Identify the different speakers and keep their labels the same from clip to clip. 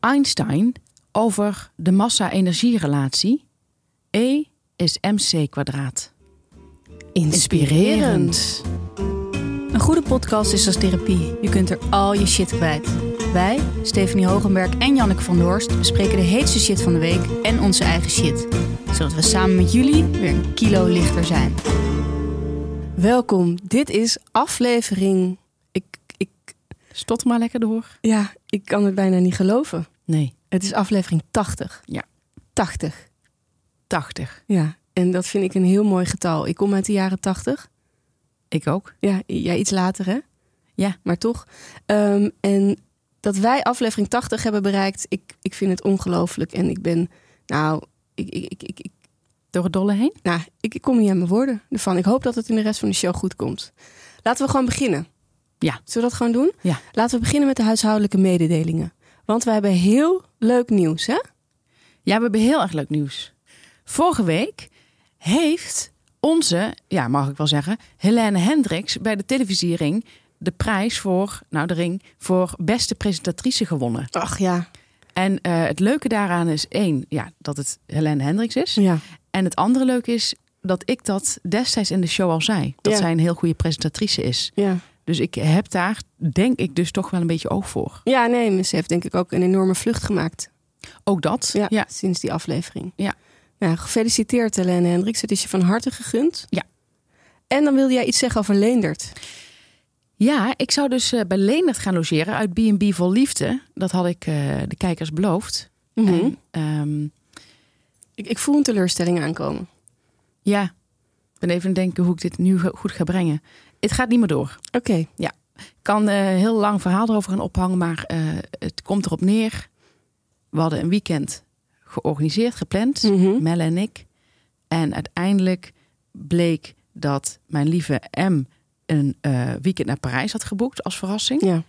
Speaker 1: Einstein over de massa-energierelatie. E is mc kwadraat. Inspirerend.
Speaker 2: Een goede podcast is als therapie. Je kunt er al je shit kwijt. Wij, Stephanie Hogenberg en Janneke van der Horst, bespreken de heetste shit van de week en onze eigen shit. Zodat we samen met jullie weer een kilo lichter zijn.
Speaker 3: Welkom. Dit is aflevering. Ik, ik,
Speaker 1: Stot maar lekker door.
Speaker 3: ja, ik kan het bijna niet geloven.
Speaker 1: Nee,
Speaker 3: Het is aflevering 80.
Speaker 1: Ja.
Speaker 3: 80.
Speaker 1: 80.
Speaker 3: Ja. En dat vind ik een heel mooi getal. Ik kom uit de jaren 80.
Speaker 1: Ik ook.
Speaker 3: Ja, ja iets later hè?
Speaker 1: Ja.
Speaker 3: Maar toch. Ehm, en dat wij aflevering 80 hebben bereikt, ik, ik vind het ongelooflijk. En ik ben, nou, ik, ik, ik, ik, ik-
Speaker 1: Door het dolle heen?
Speaker 3: nou, ik, ik kom niet aan mijn woorden ervan. Ik hoop dat het in de rest van de show goed komt. Laten we gewoon beginnen.
Speaker 1: Ja.
Speaker 3: Zullen we dat gewoon doen?
Speaker 1: Ja.
Speaker 3: Laten we beginnen met de huishoudelijke mededelingen. Want wij hebben heel leuk nieuws, hè?
Speaker 1: Ja, we hebben heel erg leuk nieuws. Vorige week heeft onze, ja, mag ik wel zeggen, Helene Hendricks bij de televisiering de prijs voor, nou de ring, voor beste presentatrice gewonnen.
Speaker 3: Ach ja.
Speaker 1: En eh, het leuke daaraan is één, ja, dat het Helene Hendricks is.
Speaker 3: Ja.
Speaker 1: En het andere leuke is dat ik dat destijds in de show al zei. Dat
Speaker 3: Ja.
Speaker 1: zij een heel goede presentatrice is.
Speaker 3: Ja.
Speaker 1: Dus ik heb daar, denk ik, dus toch wel een beetje oog voor.
Speaker 3: Ja, nee, maar ze heeft denk ik ook een enorme vlucht gemaakt.
Speaker 1: Ook dat.
Speaker 3: Ja, Sinds die aflevering.
Speaker 1: Ja.
Speaker 3: Nou, gefeliciteerd, Helene Hendricks. Het is je van harte gegund.
Speaker 1: Ja.
Speaker 3: En dan wilde jij iets zeggen over Leendert.
Speaker 1: Ja, ik zou dus eh, bij Leendert gaan logeren uit B&B Vol Liefde. Dat had ik eh, de kijkers beloofd.
Speaker 3: Mhm.
Speaker 1: En, ehm,
Speaker 3: Ik, ik voel een teleurstelling aankomen.
Speaker 1: ja, ik ben even aan het denken hoe ik dit nu go- goed ga brengen. Het gaat niet meer door.
Speaker 3: Oké.
Speaker 1: Ik kan eh, een heel lang verhaal erover gaan ophangen, maar eh, het komt erop neer. We hadden een weekend georganiseerd, gepland,
Speaker 3: Mhm.
Speaker 1: Mel en ik. En uiteindelijk bleek dat mijn lieve M een eh, weekend naar Parijs had geboekt als verrassing.
Speaker 3: Ja.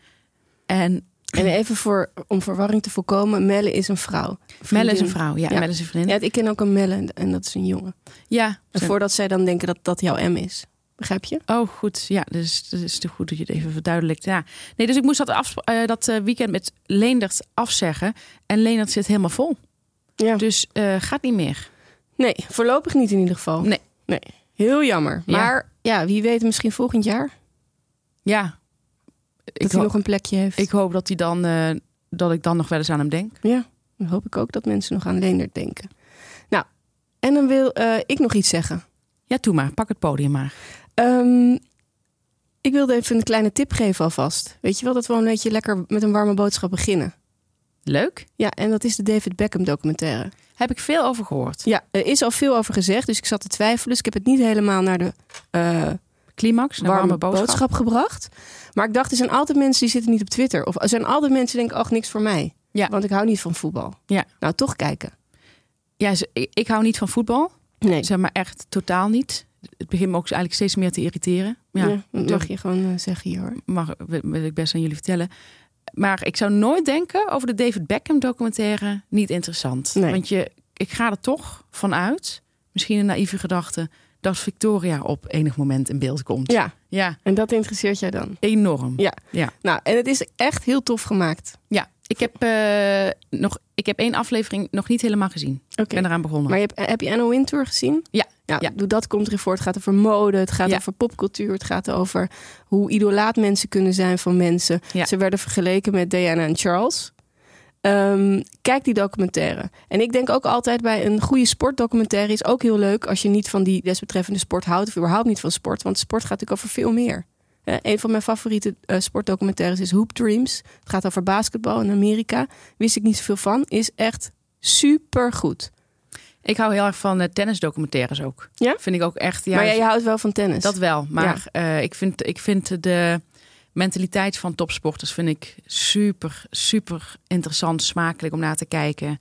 Speaker 1: En
Speaker 3: En even voor, om verwarring te voorkomen, Melle is een vrouw.
Speaker 1: Mel is
Speaker 3: Vriendin.
Speaker 1: een vrouw, ja,
Speaker 3: Ja.
Speaker 1: Mel is een vriendin.
Speaker 3: Ja, ik ken ook een Melle en- en dat is een jongen.
Speaker 1: Ja,
Speaker 3: En voordat zij dan denken dat dat jouw M is. Begrijp je?
Speaker 1: Oh, goed. Ja, dus dat is te goed dat je het even verduidelijkt. Ja. Nee, dus ik moest dat, afsp- eh, dat eh, weekend met Leendert afzeggen. En Leendert zit helemaal vol.
Speaker 3: Ja.
Speaker 1: Dus eh, gaat niet meer.
Speaker 3: Nee, voorlopig niet in ieder geval.
Speaker 1: Nee.
Speaker 3: nee. Heel jammer.
Speaker 1: Ja.
Speaker 3: Maar ja, wie weet misschien volgend jaar
Speaker 1: Ja.
Speaker 3: dat
Speaker 1: Ik,
Speaker 3: hij
Speaker 1: ho-
Speaker 3: nog een plekje heeft.
Speaker 1: ik hoop dat, hij dan, eh, dat ik dan nog wel eens aan hem denk.
Speaker 3: Ja, dan hoop ik ook dat mensen nog aan Leendert denken. Nou, en dan wil eh, ik nog iets zeggen.
Speaker 1: Ja, toe maar. Pak het podium maar.
Speaker 3: Ehm, ik wilde even een kleine tip geven alvast. Weet je wel, dat we een beetje lekker met een warme boodschap beginnen.
Speaker 1: Leuk.
Speaker 3: Ja, en dat is de David Beckham documentaire.
Speaker 1: Heb ik veel over gehoord.
Speaker 3: Ja, er is al veel over gezegd, dus ik zat te twijfelen. Dus ik heb het niet helemaal naar de eh,
Speaker 1: Climax, een warme,
Speaker 3: warme
Speaker 1: boodschap.
Speaker 3: boodschap gebracht. Maar ik dacht, er zijn altijd mensen die zitten niet op Twitter. Of er zijn altijd mensen die denken, ach, niks voor mij.
Speaker 1: Ja.
Speaker 3: Want ik hou niet van voetbal.
Speaker 1: Ja.
Speaker 3: Nou, toch kijken. Dus,
Speaker 1: Ja, ze- ik, ik hou niet van voetbal.
Speaker 3: Nee.
Speaker 1: Zeg maar echt totaal niet. Het begint me ook eigenlijk steeds meer te irriteren.
Speaker 3: Ja,
Speaker 1: Ja,
Speaker 3: dat mag je gewoon eh, zeggen hier hoor.
Speaker 1: mag, wil wil ik best aan jullie vertellen. Maar ik zou nooit denken over de David Beckham documentaire niet interessant.
Speaker 3: Nee.
Speaker 1: Want je, ik ga er toch vanuit, misschien een naïeve gedachte, dat Victoria op enig moment in beeld komt.
Speaker 3: Ja,
Speaker 1: Ja,
Speaker 3: en dat interesseert jij dan.
Speaker 1: enorm.
Speaker 3: Ja.
Speaker 1: Ja.
Speaker 3: Nou, en het is echt heel tof gemaakt.
Speaker 1: Ja, ik heb, eh, nog, ik heb één aflevering nog niet helemaal gezien.
Speaker 3: Oké.
Speaker 1: Ik ben eraan begonnen.
Speaker 3: Maar je hebt, heb je Anna Wintour gezien?
Speaker 1: Ja,
Speaker 3: Nou,
Speaker 1: ja.
Speaker 3: doe dat komt erin voor. Het gaat over mode, het gaat
Speaker 1: Ja.
Speaker 3: over popcultuur, het gaat over hoe idolaat mensen kunnen zijn van mensen.
Speaker 1: Ja.
Speaker 3: Ze werden vergeleken met Diana en Charles. Ehm, kijk die documentaire. En ik denk ook altijd bij een goede sportdocumentaire is ook heel leuk als je niet van die desbetreffende sport houdt of überhaupt niet van sport, want sport gaat natuurlijk over veel meer. Eh, een van mijn favoriete eh, sportdocumentaires is Hoop Dreams. Het gaat over basketbal in Amerika. Wist ik niet zoveel van. Is echt supergoed.
Speaker 1: Ik hou heel erg van eh, tennisdocumentaires ook.
Speaker 3: Ja? dus-
Speaker 1: Vind ik ook echt. Ja,
Speaker 3: maar jij, je houdt wel van tennis.
Speaker 1: Dat wel, maar eh, ik, vind, ik vind de mentaliteit van topsporters vind ik super, super interessant, smakelijk om naar te kijken.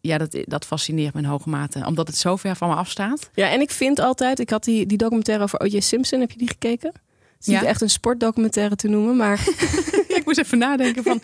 Speaker 1: Ja, dat, dat fascineert me in hoge mate, omdat het zo ver van me afstaat.
Speaker 3: Ja, en ik vind altijd, ik had die, die documentaire over O.J. Simpson, heb je die gekeken? Het is
Speaker 1: Ja.
Speaker 3: niet echt een sportdocumentaire te noemen, maar
Speaker 1: ik moest even nadenken van,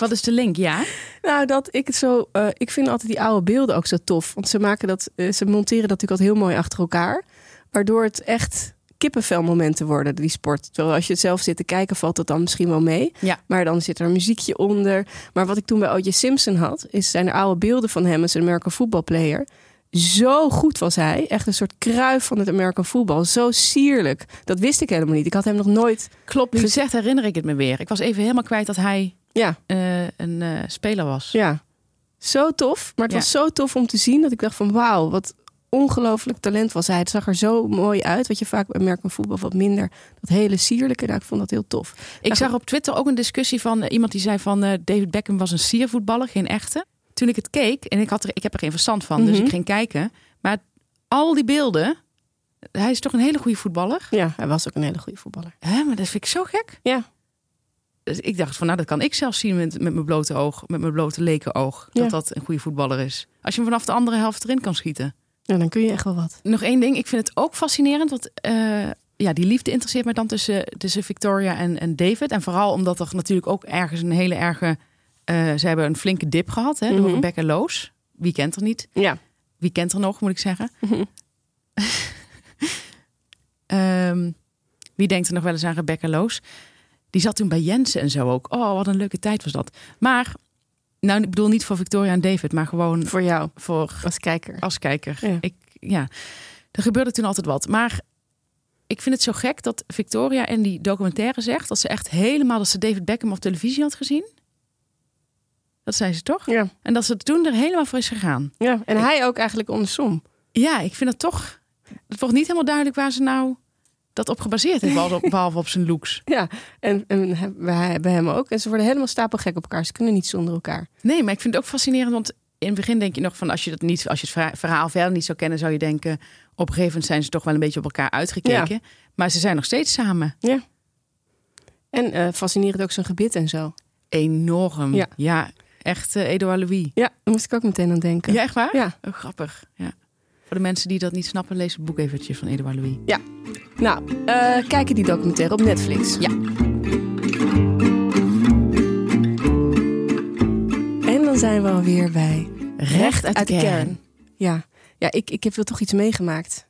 Speaker 1: wat is de link? Ja,
Speaker 3: nou, dat ik het zo, eh, ik vind altijd die oude beelden ook zo tof. Want ze maken dat, eh, ze monteren dat natuurlijk altijd heel mooi achter elkaar. Waardoor het echt kippenvelmomenten worden, die sport. Terwijl als je het zelf zit te kijken, valt dat dan misschien wel mee.
Speaker 1: Ja.
Speaker 3: Maar dan zit er een muziekje onder. Maar wat ik toen bij O.J. Simpson had, is zijn er oude beelden van hem als een American voetbalplayer. Zo goed was hij. Echt een soort kruif van het American voetbal. Zo sierlijk. Dat wist ik helemaal niet. Ik had hem nog nooit...
Speaker 1: Klopt, nu je
Speaker 3: Ge-
Speaker 1: het zegt herinner ik het me weer. Ik was even helemaal kwijt dat hij
Speaker 3: Ja,
Speaker 1: eh, een eh, speler was.
Speaker 3: ja. Zo tof. Maar het
Speaker 1: Ja.
Speaker 3: was zo tof om te zien dat ik dacht van... Wauw, wat ongelooflijk talent was hij. Het zag er zo mooi uit. Wat je vaak bij American voetbal wat minder... Dat hele sierlijke, nou, ik vond dat heel tof.
Speaker 1: Ik zag op Twitter ook een discussie van eh, iemand die zei van eh, David Beckham was een siervoetballer, geen echte. Toen ik het keek, en ik, had er, ik heb er geen verstand van, dus
Speaker 3: Mhm.
Speaker 1: ik ging kijken. Maar al die beelden, hij is toch een hele goede voetballer.
Speaker 3: Ja, hij was ook een hele goede voetballer.
Speaker 1: Hè, maar dat vind ik zo gek.
Speaker 3: Ja.
Speaker 1: Dus ik dacht van, nou dat kan ik zelf zien met, met mijn blote oog, met mijn blote leken oog.
Speaker 3: Ja.
Speaker 1: Dat dat een goede voetballer is. Als je hem vanaf de andere helft erin kan schieten.
Speaker 3: Ja, dan kun je echt wel wat.
Speaker 1: Nog één ding, ik vind het ook fascinerend. Want eh, ja, die liefde interesseert me dan tussen, tussen Victoria en, en David. En vooral omdat er natuurlijk ook ergens een hele erge... eh, ze hebben een flinke dip gehad hè, door
Speaker 3: Mhm.
Speaker 1: Rebecca Loos. Wie kent er niet?
Speaker 3: Ja.
Speaker 1: Wie kent er nog, moet ik zeggen. Ehm, wie denkt er nog wel eens aan Rebecca Loos? Die zat toen bij Jensen en zo ook. Oh, wat een leuke tijd was dat. Maar, nou ik bedoel niet voor Victoria en David... maar gewoon
Speaker 3: Voor jou
Speaker 1: voor
Speaker 3: als kijker.
Speaker 1: als kijker.
Speaker 3: Ja.
Speaker 1: Ik, ja. Er gebeurde toen altijd wat. Maar ik vind het zo gek dat Victoria in die documentaire zegt... dat ze echt helemaal dat ze David Beckham op televisie had gezien. Dat zei ze toch?
Speaker 3: Ja.
Speaker 1: En dat ze toen er helemaal voor is gegaan.
Speaker 3: ja. En hij ook eigenlijk andersom.
Speaker 1: Ja, ik vind het toch... Het wordt niet helemaal duidelijk waar ze nou dat op gebaseerd heeft. Behalve op, behalve op zijn looks.
Speaker 3: Ja. En, en he- wij hebben hem ook. En ze worden helemaal stapelgek op elkaar. Ze kunnen niet zonder elkaar.
Speaker 1: Nee, maar ik vind het ook fascinerend. Want in het begin denk je nog van als je dat niet, als je het verha- verhaal verder niet zou kennen, zou je denken. Op een gegeven moment zijn ze toch wel een beetje op elkaar uitgekeken. Maar ze zijn nog steeds samen.
Speaker 3: En eh, fascinerend ook zijn gebit en zo.
Speaker 1: Enorm. Ja,
Speaker 3: Ja.
Speaker 1: echt eh Edouard Louis.
Speaker 3: Ja, daar moest ik ook meteen aan denken.
Speaker 1: Ja, echt waar?
Speaker 3: Ja.
Speaker 1: Oh, grappig. Ja. Voor de mensen die dat niet snappen, lees het boek eventjes van Edouard Louis.
Speaker 3: Nou, eh, kijken die documentaire op Netflix.
Speaker 1: Ja.
Speaker 3: En dan zijn we alweer bij...
Speaker 1: Recht uit, de kern.
Speaker 3: Ja, ja ik, ik heb wel toch iets meegemaakt.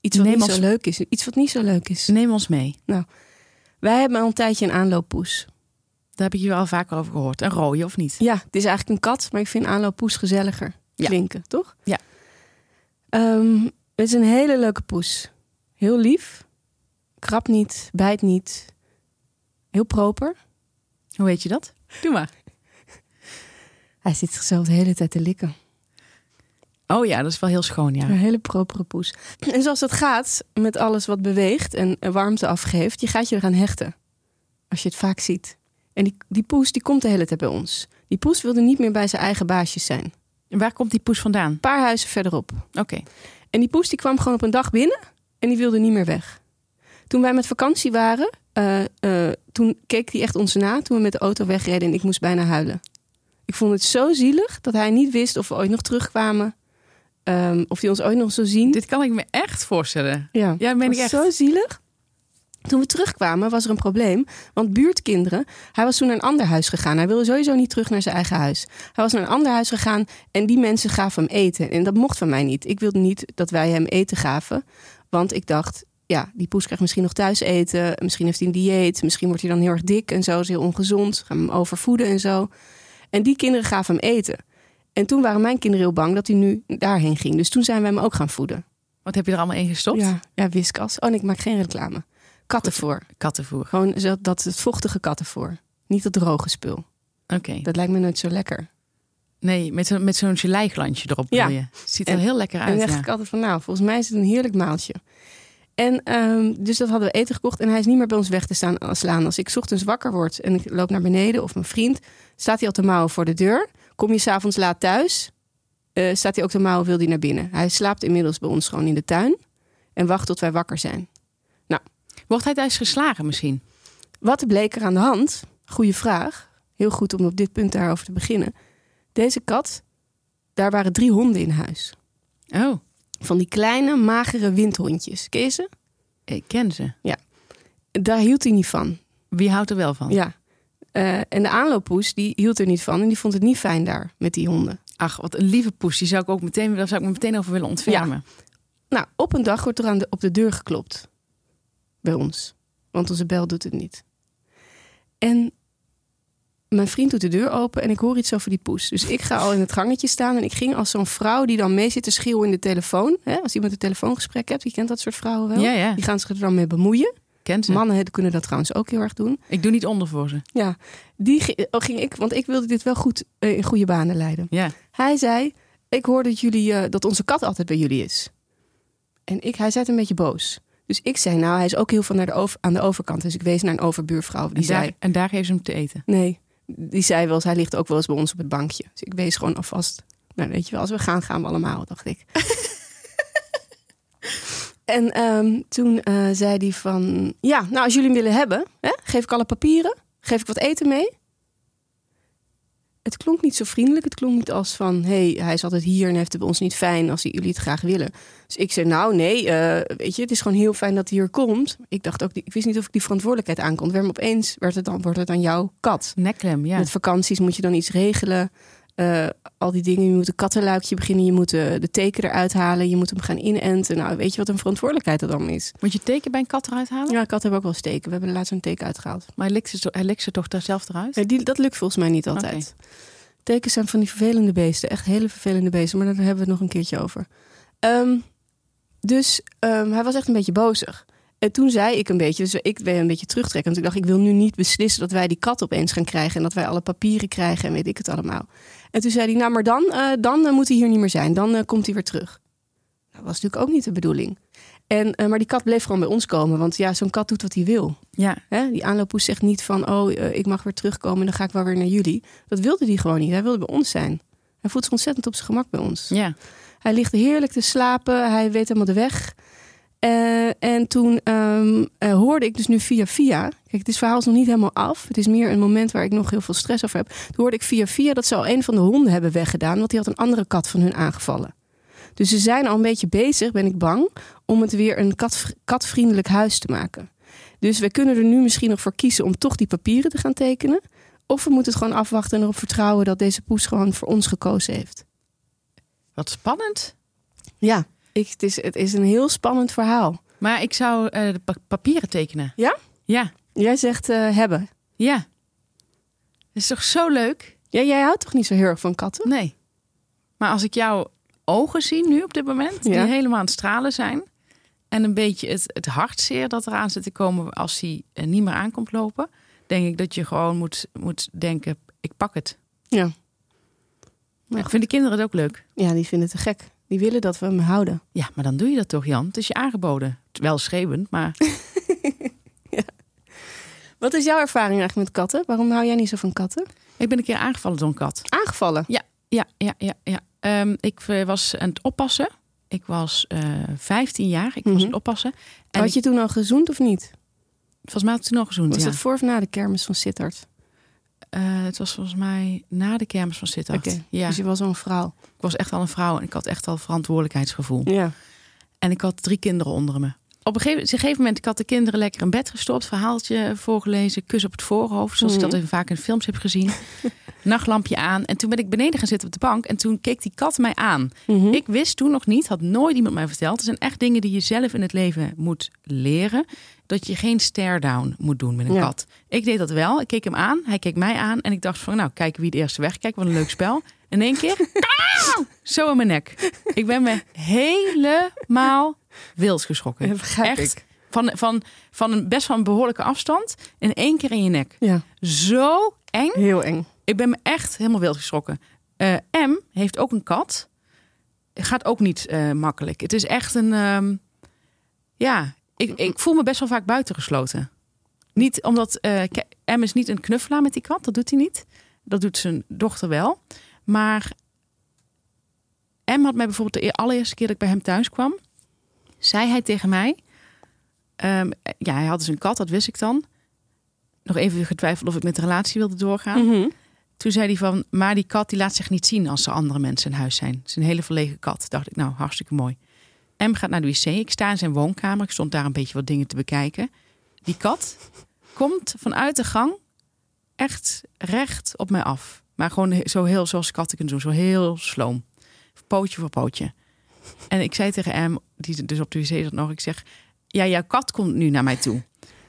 Speaker 3: Iets wat
Speaker 1: Neem
Speaker 3: niet
Speaker 1: ons-
Speaker 3: zo leuk is. Iets wat niet zo leuk is.
Speaker 1: Neem ons mee.
Speaker 3: Wij hebben al een tijdje een aanlooppoes.
Speaker 1: Daar heb ik je wel vaker over gehoord. Een rode of niet?
Speaker 3: Ja, het is eigenlijk een kat, maar ik vind aanlooppoes gezelliger
Speaker 1: Ja.
Speaker 3: klinken, toch?
Speaker 1: Ja.
Speaker 3: Ehm, het is een hele leuke poes. Heel lief. Krapt niet, bijt niet. Heel proper.
Speaker 1: Hoe weet je dat? Doe maar.
Speaker 3: Hij zit zichzelf de hele tijd te likken.
Speaker 1: Oh ja, dat is wel heel schoon, ja.
Speaker 3: Een hele propere poes. En zoals dat gaat met alles wat beweegt en eh, warmte afgeeft, je gaat je eraan hechten. Als je het vaak ziet. En die, die poes die komt de hele tijd bij ons. Die poes wilde niet meer bij zijn eigen baasjes zijn. Een
Speaker 1: En waar komt die poes vandaan?
Speaker 3: paar huizen verderop.
Speaker 1: Oké.
Speaker 3: En die poes die kwam gewoon op een dag binnen en die wilde niet meer weg. Toen wij met vakantie waren, eh, eh, toen keek hij echt ons na toen we met de auto wegreden en ik moest bijna huilen. Ik vond het zo zielig dat hij niet wist of we ooit nog terugkwamen, ehm, of hij ons ooit nog zou zien.
Speaker 1: Dit kan ik me echt voorstellen.
Speaker 3: ja,
Speaker 1: Ja, meen ik
Speaker 3: was
Speaker 1: echt.
Speaker 3: zo zielig. Toen we terugkwamen was er een probleem, want buurtkinderen, hij was toen naar een ander huis gegaan. Hij wilde sowieso niet terug naar zijn eigen huis. Hij was naar een ander huis gegaan en die mensen gaven hem eten. En dat mocht van mij niet. Ik wilde niet dat wij hem eten gaven, want ik dacht, ja, die poes krijgt misschien nog thuis eten. Misschien heeft hij een dieet, misschien wordt hij dan heel erg dik en zo, is heel ongezond. Gaan we hem overvoeden en zo. En die kinderen gaven hem eten. En toen waren mijn kinderen heel bang dat hij nu daarheen ging. Dus toen zijn we hem ook gaan voeden.
Speaker 1: Wat heb je er allemaal in gestopt?
Speaker 3: Ja, ja, whiskas. Oh, nee, ik maak geen reclame. Kattenvoer.
Speaker 1: Kattenvoer.
Speaker 3: Gewoon zo- dat het vochtige kattenvoer. Niet dat droge spul.
Speaker 1: Oké.
Speaker 3: Dat lijkt me nooit zo lekker.
Speaker 1: Nee, met, zo, met zo'n geleiglantje erop
Speaker 3: Ja.
Speaker 1: bedoel je. Ziet er
Speaker 3: En-
Speaker 1: heel lekker
Speaker 3: en
Speaker 1: uit,
Speaker 3: dacht
Speaker 1: ja.
Speaker 3: ik altijd van, nou, volgens mij is het een heerlijk maaltje. En ehm, dus dat hadden we eten gekocht. En hij is niet meer bij ons weg te staan, eh, slaan. Als ik 's ochtends wakker word en ik loop naar beneden of mijn vriend... staat hij al te mouwen voor de deur. Kom je s'avonds laat thuis, eh, staat hij ook te mouwen, wil hij naar binnen. Hij slaapt inmiddels bij ons gewoon in de tuin. En wacht tot wij wakker zijn.
Speaker 1: Wordt hij thuis geslagen misschien?
Speaker 3: Wat bleek er aan de hand? Goeie vraag. Heel goed om op dit punt daarover te beginnen. Deze kat, daar waren drie honden in huis.
Speaker 1: Oh,
Speaker 3: Van die kleine, magere windhondjes. Ken je ze?
Speaker 1: ik ken ze.
Speaker 3: Daar hield hij niet van.
Speaker 1: Wie houdt er wel van?
Speaker 3: Ja. Eh, en de aanlooppoes, die hield er niet van. En die vond het niet fijn daar, met die honden.
Speaker 1: Ach, wat een lieve poes. Die zou ik ook meteen, daar zou ik me meteen over willen ontfermen.
Speaker 3: Nou, op een dag wordt er aan de, op de deur geklopt. Bij ons. Want onze bel doet het niet. En mijn vriend doet de deur open en ik hoor iets over die poes. Dus ik ga al in het gangetje staan en ik ging als zo'n vrouw die dan mee zit te schreeuwen in de telefoon. Hè? Als iemand een telefoongesprek hebt, je kent dat soort vrouwen wel.
Speaker 1: Ja, ja.
Speaker 3: Die gaan zich er dan mee bemoeien.
Speaker 1: Kent ze.
Speaker 3: Mannen hè, kunnen dat trouwens ook heel erg doen.
Speaker 1: Ik doe niet onder voor ze.
Speaker 3: Ja, die gi- oh, ging ik, want ik wilde dit wel goed eh, in goede banen leiden.
Speaker 1: Ja.
Speaker 3: Hij zei: Ik hoor dat, jullie, eh, dat onze kat altijd bij jullie is. En ik, hij zei het een beetje boos. Dus ik zei: Nou, hij is ook heel veel naar de over, aan de overkant. Dus ik wees naar een overbuurvrouw. Die
Speaker 1: En
Speaker 3: zei:
Speaker 1: daar, en daar geven ze hem te eten.
Speaker 3: Nee, die zei wel eens: Hij ligt ook wel eens bij ons op het bankje. Dus ik wees gewoon alvast. Nou, weet je wel, als we gaan, gaan we allemaal, dacht ik. en ehm, toen eh, zei hij van: Ja, nou, als jullie hem willen hebben, hè, geef ik alle papieren, geef ik wat eten mee. Het klonk niet zo vriendelijk. Het klonk niet als van: hé, hey, hij is altijd hier en heeft het bij ons niet fijn als jullie het graag willen. Dus ik zei: Nou, nee, eh, weet je, het is gewoon heel fijn dat hij hier komt. Ik dacht ook, die- ik wist niet of ik die verantwoordelijkheid aankon. Werd me opeens werd het dan, wordt het dan jouw kat.
Speaker 1: Nekklem, ja.
Speaker 3: Met vakanties moet je dan iets regelen. Eh, al die dingen. Je moet een kattenluikje beginnen. Je moet eh, de teken eruit halen. Je moet hem gaan inenten. Nou, weet je wat een verantwoordelijkheid dat dan is?
Speaker 1: Moet je teken bij een kat eruit halen?
Speaker 3: Ja, katten hebben ook wel steken. We hebben er laatst een teken uitgehaald.
Speaker 1: Maar hij likt ze, zo- hij likt ze toch daar zelf eruit?
Speaker 3: Ja, die, dat lukt volgens mij niet altijd. Tekens zijn van die vervelende beesten. Echt hele vervelende beesten. Maar daar hebben we het nog een keertje over. Ehm, dus ehm, hij was echt een beetje bozig. En toen zei ik een beetje, dus ik ben een beetje terugtrekken. Want ik dacht, ik wil nu niet beslissen dat wij die kat opeens gaan krijgen. En dat wij alle papieren krijgen en weet ik het allemaal. En toen zei hij, nou maar dan, eh, dan eh, moet hij hier niet meer zijn. Dan eh, komt hij weer terug. Dat was natuurlijk ook niet de bedoeling. En, eh, maar die kat bleef gewoon bij ons komen. Want ja, zo'n kat doet wat hij wil.
Speaker 1: Ja.
Speaker 3: Hè? Die aanlooppoes zegt niet van, oh, eh, ik mag weer terugkomen en dan ga ik wel weer naar jullie. Dat wilde hij gewoon niet. Hij wilde bij ons zijn. Hij voelt zich ontzettend op zijn gemak bij ons.
Speaker 1: Ja.
Speaker 3: Hij ligt heerlijk te slapen. Hij weet helemaal de weg. Eh, en toen ehm, eh, hoorde ik dus nu via via... Kijk, dit verhaal is nog niet helemaal af. Het is meer een moment waar ik nog heel veel stress over heb. Toen hoorde ik via via dat ze al een van de honden hebben weggedaan... want die had een andere kat van hun aangevallen. Dus ze zijn al een beetje bezig, ben ik bang... om het weer een kat, katvriendelijk huis te maken. Dus we kunnen er nu misschien nog voor kiezen om toch die papieren te gaan tekenen... of we moeten het gewoon afwachten en erop vertrouwen... dat deze poes gewoon voor ons gekozen heeft.
Speaker 1: Wat spannend.
Speaker 3: Ja, ik, het, is, het is een heel spannend verhaal.
Speaker 1: Maar ik zou eh, de pa- papieren tekenen.
Speaker 3: Ja?
Speaker 1: Ja.
Speaker 3: Jij zegt eh, hebben.
Speaker 1: Ja. Dat is toch zo leuk?
Speaker 3: Ja, jij houdt toch niet zo heel erg van katten?
Speaker 1: Nee. Maar als ik jouw ogen zie nu op dit moment, die
Speaker 3: Ja.
Speaker 1: helemaal aan het stralen zijn. En een beetje het, het hartzeer dat eraan zit te komen als hij eh, niet meer aankomt lopen. Denk ik dat je gewoon moet, moet denken, ik pak het.
Speaker 3: Ja.
Speaker 1: Ik vind de kinderen het ook leuk.
Speaker 3: Ja, die vinden het te gek. Die willen dat we hem houden.
Speaker 1: Ja, maar dan doe je dat toch Jan? Het is je aangeboden. Wel schreeuwend, maar
Speaker 3: Wat is jouw ervaring eigenlijk met katten? Waarom hou jij niet zo van katten?
Speaker 1: ik ben een keer aangevallen door een kat.
Speaker 3: Aangevallen.
Speaker 1: Ja, ja, ja. ja. Ehm, ik eh, was aan het oppassen. Ik was eh 15 jaar. Ik was
Speaker 3: Mhm.
Speaker 1: aan het oppassen. En
Speaker 3: Had je toen al gezoend of niet?
Speaker 1: volgens mij had ik toen al gezoend.
Speaker 3: Was
Speaker 1: ja.
Speaker 3: dat voor of na de kermis van Sittard?
Speaker 1: Eh, het was volgens mij na de kermis van Sittard.
Speaker 3: Oké,
Speaker 1: Ja,
Speaker 3: Dus je was al een vrouw.
Speaker 1: ik was echt al een vrouw en ik had echt al verantwoordelijkheidsgevoel.
Speaker 3: Ja.
Speaker 1: En ik had drie kinderen onder me. Op een gegeven, op een gegeven moment, ik had de kinderen lekker in bed gestopt, verhaaltje voorgelezen, kus op het voorhoofd, zoals
Speaker 3: Mhm.
Speaker 1: ik dat even vaak in films heb gezien. Nachtlampje aan. En toen ben ik beneden gaan zitten op de bank en toen keek die kat mij aan.
Speaker 3: Mhm.
Speaker 1: Ik wist toen nog niet, had nooit iemand mij verteld. Er zijn echt dingen die je zelf in het leven moet leren. Dat je geen stare-down moet doen met een
Speaker 3: Ja.
Speaker 1: kat. Ik deed dat wel. Ik keek hem aan. Hij keek mij aan. En ik dacht van, nou, kijken wie de eerste wegkijkt. Wat een leuk spel. In één keer, kauw, zo in mijn nek. Ik ben me helemaal wild geschrokken.
Speaker 3: Dat begrijp
Speaker 1: echt.
Speaker 3: ik.
Speaker 1: Van, van, van een best van een behoorlijke afstand. In één keer in je nek.
Speaker 3: Ja,
Speaker 1: Zo eng.
Speaker 3: heel eng.
Speaker 1: Ik ben me echt helemaal wild geschrokken. Eh, M heeft ook een kat. Gaat ook niet eh, makkelijk. Het is echt een. ehm, ja, ik, ik voel me best wel vaak buitengesloten. Niet omdat. eh, ke- M is niet een knuffelaar met die kat. Dat doet hij niet. Dat doet zijn dochter wel. Maar. M had mij bijvoorbeeld de eer- allereerste keer dat ik bij hem thuis kwam. zei hij tegen mij. ehm, ja, hij had dus een kat, dat wist ik dan. Nog even getwijfeld of ik met de relatie wilde doorgaan.
Speaker 3: Mhm.
Speaker 1: Toen zei hij van, maar die kat die laat zich niet zien als er andere mensen in huis zijn. Het is een hele verlegen kat. Dacht ik, nou, hartstikke mooi. M gaat naar de wc. Ik sta in zijn woonkamer. Ik stond daar een beetje wat dingen te bekijken. Die kat komt vanuit de gang echt recht op mij af. Maar gewoon he- zo heel, zoals katten kunnen doen. Zo heel sloom. Pootje voor pootje. En ik zei tegen hem, die dus op de wc zat nog, ik zeg, ja, jouw kat komt nu naar mij toe.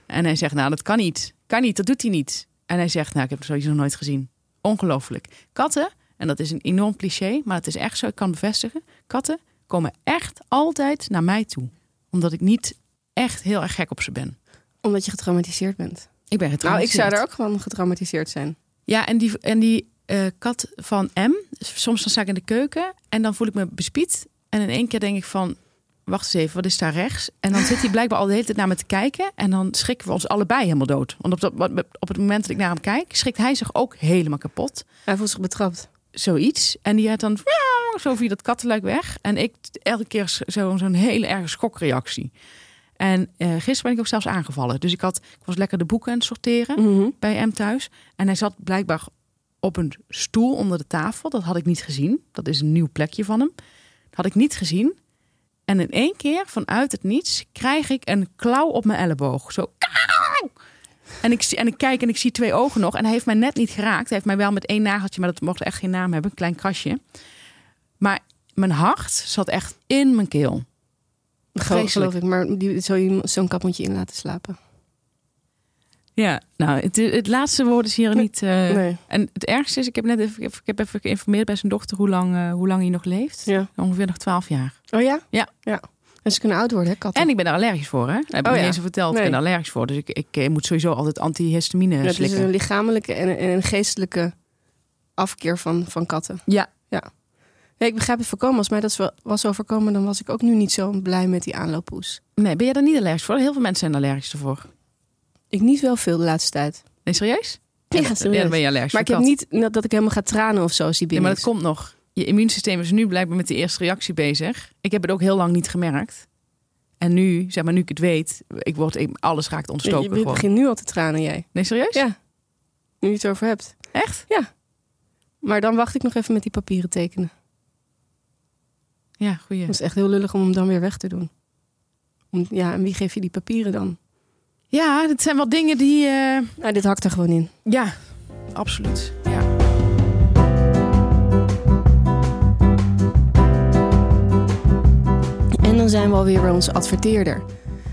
Speaker 1: En hij zegt, nou, dat kan niet. Kan niet, dat doet hij niet. En hij zegt, nou, ik heb het sowieso nog nooit gezien. Ongelooflijk. Katten, en dat is een enorm cliché, maar het is echt zo, ik kan het bevestigen. Katten komen echt altijd naar mij toe. Omdat ik niet echt heel erg gek op ze ben.
Speaker 3: Omdat je getraumatiseerd bent.
Speaker 1: Ik ben
Speaker 3: Nou, ik zou
Speaker 1: er
Speaker 3: daar ook gewoon getraumatiseerd zijn.
Speaker 1: Ja, en die, en die eh, kat van M. Soms dan sta ik in de keuken en dan voel ik me bespied. En in één keer denk ik van, wacht eens even, wat is daar rechts? En dan zit hij blijkbaar al de hele tijd naar me te kijken. En dan schrikken we ons allebei helemaal dood. Want op, dat, op het moment dat ik naar hem kijk, schrikt hij zich ook helemaal kapot.
Speaker 3: Hij voelt zich betrapt.
Speaker 1: Zoiets. En die had dan miauw, zo via dat kattenluik weg. En ik t- elke keer sch- zo- zo'n hele erge schokreactie. En eh gisteren ben ik ook zelfs aangevallen. Dus ik, had, ik was lekker de boeken aan het sorteren
Speaker 3: Mhm.
Speaker 1: bij hem thuis. En hij zat blijkbaar op een stoel onder de tafel. Dat had ik niet gezien. Dat is een nieuw plekje van hem. Dat had ik niet gezien. En in één keer, vanuit het niets, krijg ik een klauw op mijn elleboog. Zo. "Kauw!" En ik, zie- en ik kijk en ik zie twee ogen nog. En hij heeft mij net niet geraakt. Hij heeft mij wel met één nageltje, maar dat mocht echt geen naam hebben. Een klein krasje. Maar mijn hart zat echt in mijn keel.
Speaker 3: Gewoon,
Speaker 1: Vreselijk.
Speaker 3: geloof ik. Maar die, zo iemand- zo'n kat moet je in laten slapen.
Speaker 1: Ja, nou, het, het laatste woord is hier niet... eh,
Speaker 3: nee.
Speaker 1: En het ergste is, ik heb net even, ik heb even geïnformeerd bij zijn dochter hoe lang, eh, hoe lang hij nog leeft.
Speaker 3: Ja.
Speaker 1: Ongeveer nog 12 jaar.
Speaker 3: Oh ja?
Speaker 1: Ja.
Speaker 3: ja. En ze kunnen oud worden, hè, katten?
Speaker 1: En ik ben daar allergisch voor, hè? Dat heb ik
Speaker 3: Oh
Speaker 1: niet
Speaker 3: ja.
Speaker 1: eens verteld.
Speaker 3: Nee.
Speaker 1: Ik ben er allergisch voor, dus ik, ik, eh, moet sowieso altijd antihistamine
Speaker 3: dat dus is
Speaker 1: slikken.
Speaker 3: een lichamelijke en een, en een geestelijke afkeer van, van katten.
Speaker 1: Ja.
Speaker 3: ja. Nee, ik begrijp het voorkomen. Als mij dat zo- was overkomen, dan was ik ook nu niet zo blij met die aanlooppoes.
Speaker 1: Nee, ben jij er niet allergisch voor? Heel veel mensen zijn allergisch ervoor.
Speaker 3: Ik niet wel veel de laatste tijd.
Speaker 1: Nee, serieus?
Speaker 3: Ja,
Speaker 1: dat-
Speaker 3: serieus.
Speaker 1: dan ben je allergisch
Speaker 3: Maar ik
Speaker 1: voor
Speaker 3: heb
Speaker 1: kat.
Speaker 3: niet dat, dat ik helemaal ga tranen of zo als die
Speaker 1: Nee,
Speaker 3: binnen
Speaker 1: maar dat komt nog. Je immuunsysteem is nu blijkbaar met de eerste reactie bezig. Ik heb het ook heel lang niet gemerkt. En nu, zeg maar, nu ik het weet, ik word, ik- alles raakt
Speaker 3: is.
Speaker 1: ontstoken
Speaker 3: Je
Speaker 1: dus gewoon.
Speaker 3: begint nu al te tranen, jij.
Speaker 1: Nee, serieus?
Speaker 3: Ja. Nu je het over hebt.
Speaker 1: Echt?
Speaker 3: Maar dan wacht ik nog even met die papieren tekenen.
Speaker 1: Ja, goeie.
Speaker 3: Dat is echt heel lullig om hem dan weer weg te doen. Om- ja, en wie geef je die papieren dan?
Speaker 1: Ja, dat zijn wel dingen die... eh,
Speaker 3: Nou, dit hakt er gewoon in.
Speaker 1: Ja, absoluut. Ja.
Speaker 3: En dan zijn we alweer bij onze adverteerder.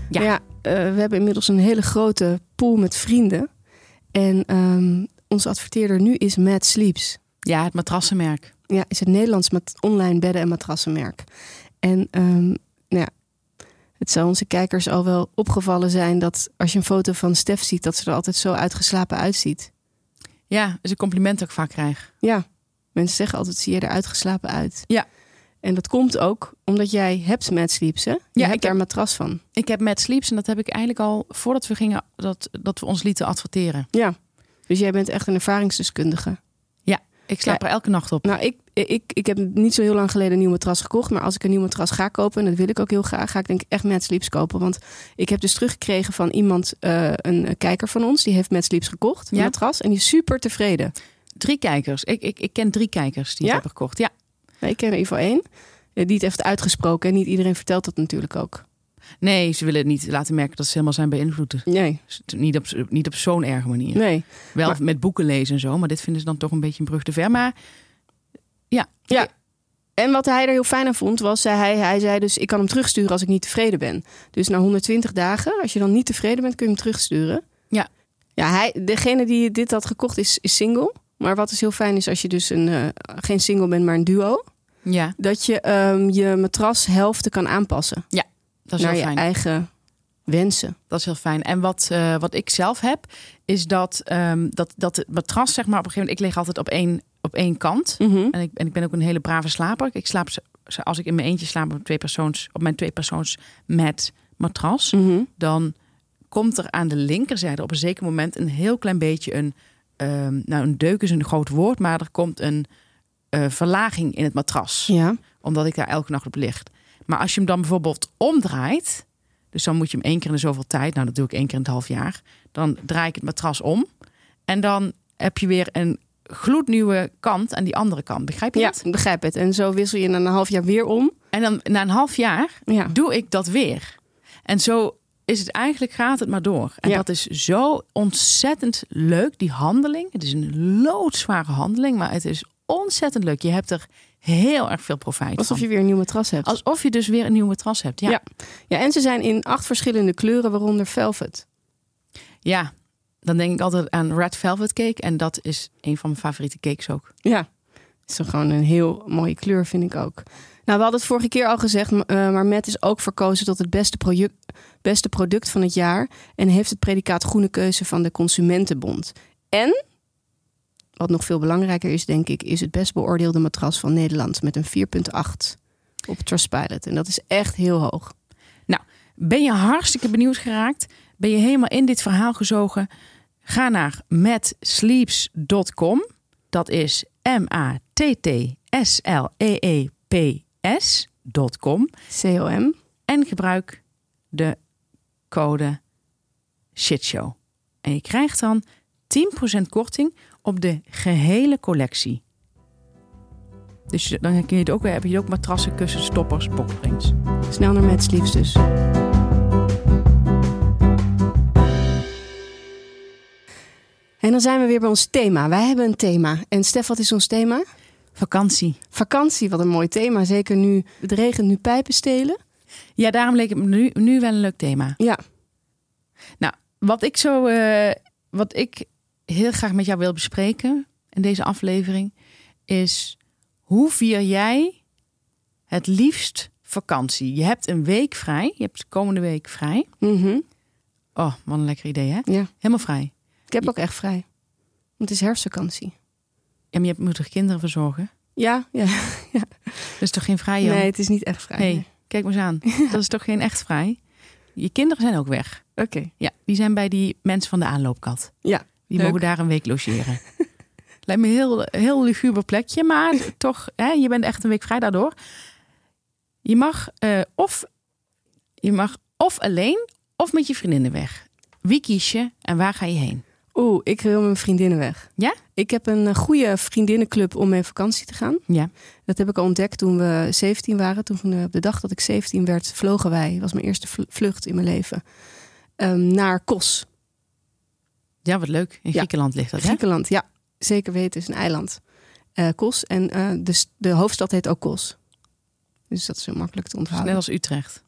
Speaker 1: Ja.
Speaker 3: Maar eh, we hebben inmiddels een hele grote pool met vrienden. En ehm, onze adverteerder nu is Mad Sleeps.
Speaker 1: ja, het matrassenmerk.
Speaker 3: Ja, is het Nederlands met online bedden- en matrassenmerk. En ehm, nou ja, het zou onze kijkers al wel opgevallen zijn dat als je een foto van Stef ziet, dat ze er altijd zo uitgeslapen uitziet.
Speaker 1: Ja, is een compliment dat ik vaak krijg.
Speaker 3: Ja, mensen zeggen altijd: zie je er uitgeslapen uit?
Speaker 1: Ja.
Speaker 3: En dat komt ook omdat jij hebt Mad Sleeps, hè? Je
Speaker 1: ik
Speaker 3: hebt
Speaker 1: heb-
Speaker 3: daar een matras van.
Speaker 1: Ik heb Mad Sleeps en dat heb ik eigenlijk al voordat we gingen dat, dat we ons lieten adverteren.
Speaker 3: Ja. Dus jij bent echt een ervaringsdeskundige.
Speaker 1: Ik slaap er elke nacht op.
Speaker 3: Nou, ik, ik, ik heb niet zo heel lang geleden een nieuw matras gekocht. Maar als ik een nieuw matras ga kopen, en dat wil ik ook heel graag, ga ik denk ik echt Mad Sleeps kopen. Want ik heb dus teruggekregen van iemand, eh, een eh, kijker van ons, die heeft Mad Sleeps gekocht, een
Speaker 1: Ja?
Speaker 3: matras. En die is super tevreden.
Speaker 1: Drie kijkers. Ik, ik, ik ken drie kijkers die
Speaker 3: Ja?
Speaker 1: het hebben gekocht. Ja.
Speaker 3: Nou, ik ken er in ieder geval één. eh, Die het heeft uitgesproken. En niet iedereen vertelt dat natuurlijk ook.
Speaker 1: Nee, ze willen het niet laten merken dat ze helemaal zijn beïnvloed.
Speaker 3: Nee,
Speaker 1: Dus Niet op, niet op zo'n erge manier.
Speaker 3: nee.
Speaker 1: Wel
Speaker 3: Maar-
Speaker 1: met boeken lezen en zo, maar dit vinden ze dan toch een beetje een brug te ver. Maar
Speaker 3: En wat hij er heel fijn aan vond, was zei hij, hij zei dus, ik kan hem terugsturen als ik niet tevreden ben. Dus na 120 dagen, als je dan niet tevreden bent, kun je hem terugsturen.
Speaker 1: Ja.
Speaker 3: Ja, hij, degene die dit had gekocht is, is single. Maar wat dus heel fijn is als je dus een, eh, geen single bent, maar een duo.
Speaker 1: ja,
Speaker 3: Dat je ehm, je matras helften kan aanpassen.
Speaker 1: dat is
Speaker 3: naar
Speaker 1: wel
Speaker 3: je
Speaker 1: fijn.
Speaker 3: eigen wensen.
Speaker 1: Dat is heel fijn. En wat, eh, wat ik zelf heb, is dat, ehm, dat, dat het matras, zeg maar, op een gegeven moment, ik lig altijd op één, op één kant. En ik, en ik ben ook een hele brave slaper. Ik slaap, z- z- als ik in mijn eentje slaap op, twee persoons, op mijn twee persoons met matras,
Speaker 3: Mhm.
Speaker 1: dan komt er aan de linkerzijde op een zeker moment een heel klein beetje een, ehm, nou een deuk is een groot woord, maar er komt een eh, verlaging in het matras
Speaker 3: Ja.
Speaker 1: omdat ik daar elke nacht op ligt. Maar als je hem dan bijvoorbeeld omdraait, dus dan moet je hem één keer in de zoveel tijd, nou dat doe ik één keer in het half jaar, dan draai ik het matras om en dan heb je weer een gloednieuwe kant aan die andere kant. Begrijp je
Speaker 3: ja,
Speaker 1: dat?
Speaker 3: ik begrijp het. En zo wissel je na een half jaar weer om.
Speaker 1: En dan na een half jaar
Speaker 3: Ja.
Speaker 1: doe ik dat weer. En zo is het eigenlijk, gaat het maar door. En
Speaker 3: Ja.
Speaker 1: dat is zo ontzettend leuk, die handeling. Het is een loodzware handeling, maar het is ontzettend leuk. Je hebt er heel erg veel profijt
Speaker 3: Alsof
Speaker 1: van.
Speaker 3: je weer een nieuw matras hebt.
Speaker 1: Alsof je dus weer een nieuw matras hebt. Ja, ja.
Speaker 3: Ja. Ja, en ze zijn in acht verschillende kleuren, waaronder velvet.
Speaker 1: dan denk ik altijd aan Red Velvet Cake. En dat is een van mijn favoriete cakes ook.
Speaker 3: Ja, is toch gewoon een heel mooie kleur, vind ik ook. Nou, we hadden het vorige keer al gezegd, m- eh, maar Matt is ook verkozen tot het beste product, beste product van het jaar. En heeft het predicaat Groene Keuze van de Consumentenbond. En, wat nog veel belangrijker is, denk ik, is het best beoordeelde matras van Nederland met een 4,8 op Trustpilot. En dat is echt heel hoog.
Speaker 1: Ben je hartstikke benieuwd geraakt? Ben je helemaal in dit verhaal gezogen? Ga naar matsleeps.com. Dat is E M-A-T-T-S-L-E-E-P-S.com.
Speaker 3: COM.
Speaker 1: En gebruik de code SHITSHOW. En je krijgt dan 10% korting op de gehele collectie. Dus je- dan kun je het ook weer hebben. Je ook matrassen, kussens, stoppers, boksprings.
Speaker 3: Snel naar Matt Sleeps dus. En dan zijn we weer bij ons thema. Wij hebben een thema. En Stef, wat is ons thema?
Speaker 1: Vakantie.
Speaker 3: Vakantie, wat een mooi thema. Zeker nu het regent, nu pijpen stelen.
Speaker 1: Ja, daarom leek het me nu, nu wel een leuk thema.
Speaker 3: Ja,
Speaker 1: Wat ik zo, eh, wat ik heel graag met jou wil bespreken in deze aflevering, is hoe vier jij het liefst vakantie? Je hebt een week vrij, je hebt de komende week vrij.
Speaker 3: mhm.
Speaker 1: Oh, wat een lekker idee, hè?
Speaker 3: ja.
Speaker 1: Helemaal vrij.
Speaker 3: ik heb ook echt vrij. Want het is herfstvakantie.
Speaker 1: Ja, maar je moet toch kinderen verzorgen?
Speaker 3: Ja, ja.
Speaker 1: Dat is toch geen vrij, joh?
Speaker 3: nee, het is niet echt vrij.
Speaker 1: Hey,
Speaker 3: nee.
Speaker 1: kijk maar eens aan. Dat is toch geen echt vrij? Je kinderen zijn ook weg.
Speaker 3: Oké.
Speaker 1: Ja, die zijn bij die mensen van de aanloopkat.
Speaker 3: Ja,
Speaker 1: Die
Speaker 3: leuk.
Speaker 1: mogen daar een week logeren. Lijkt me een heel, heel luguber plekje, maar toch, hè, je bent echt een week vrij daardoor. Je mag, eh, of, je mag of alleen of met je vriendinnen weg. Wie kies je en waar ga je heen?
Speaker 3: Oeh, ik wil mijn vriendinnen weg.
Speaker 1: Ja?
Speaker 3: Ik heb een eh, goede vriendinnenclub om mee op vakantie te gaan.
Speaker 1: Ja.
Speaker 3: Dat heb ik al ontdekt toen we 17 waren. Toen eh, op de dag dat ik 17 werd, vlogen wij. was mijn eerste vl- vlucht in mijn leven. ehm, naar Kos,
Speaker 1: Ja, wat leuk. In
Speaker 3: Ja.
Speaker 1: Griekenland ligt dat, hè?
Speaker 3: Griekenland. Ja, zeker weten, is een eiland. Eh, Kos. En eh, de, s- de hoofdstad heet ook Kos. Dus dat is heel makkelijk te
Speaker 1: Dat is
Speaker 3: onthouden.
Speaker 1: net als Utrecht.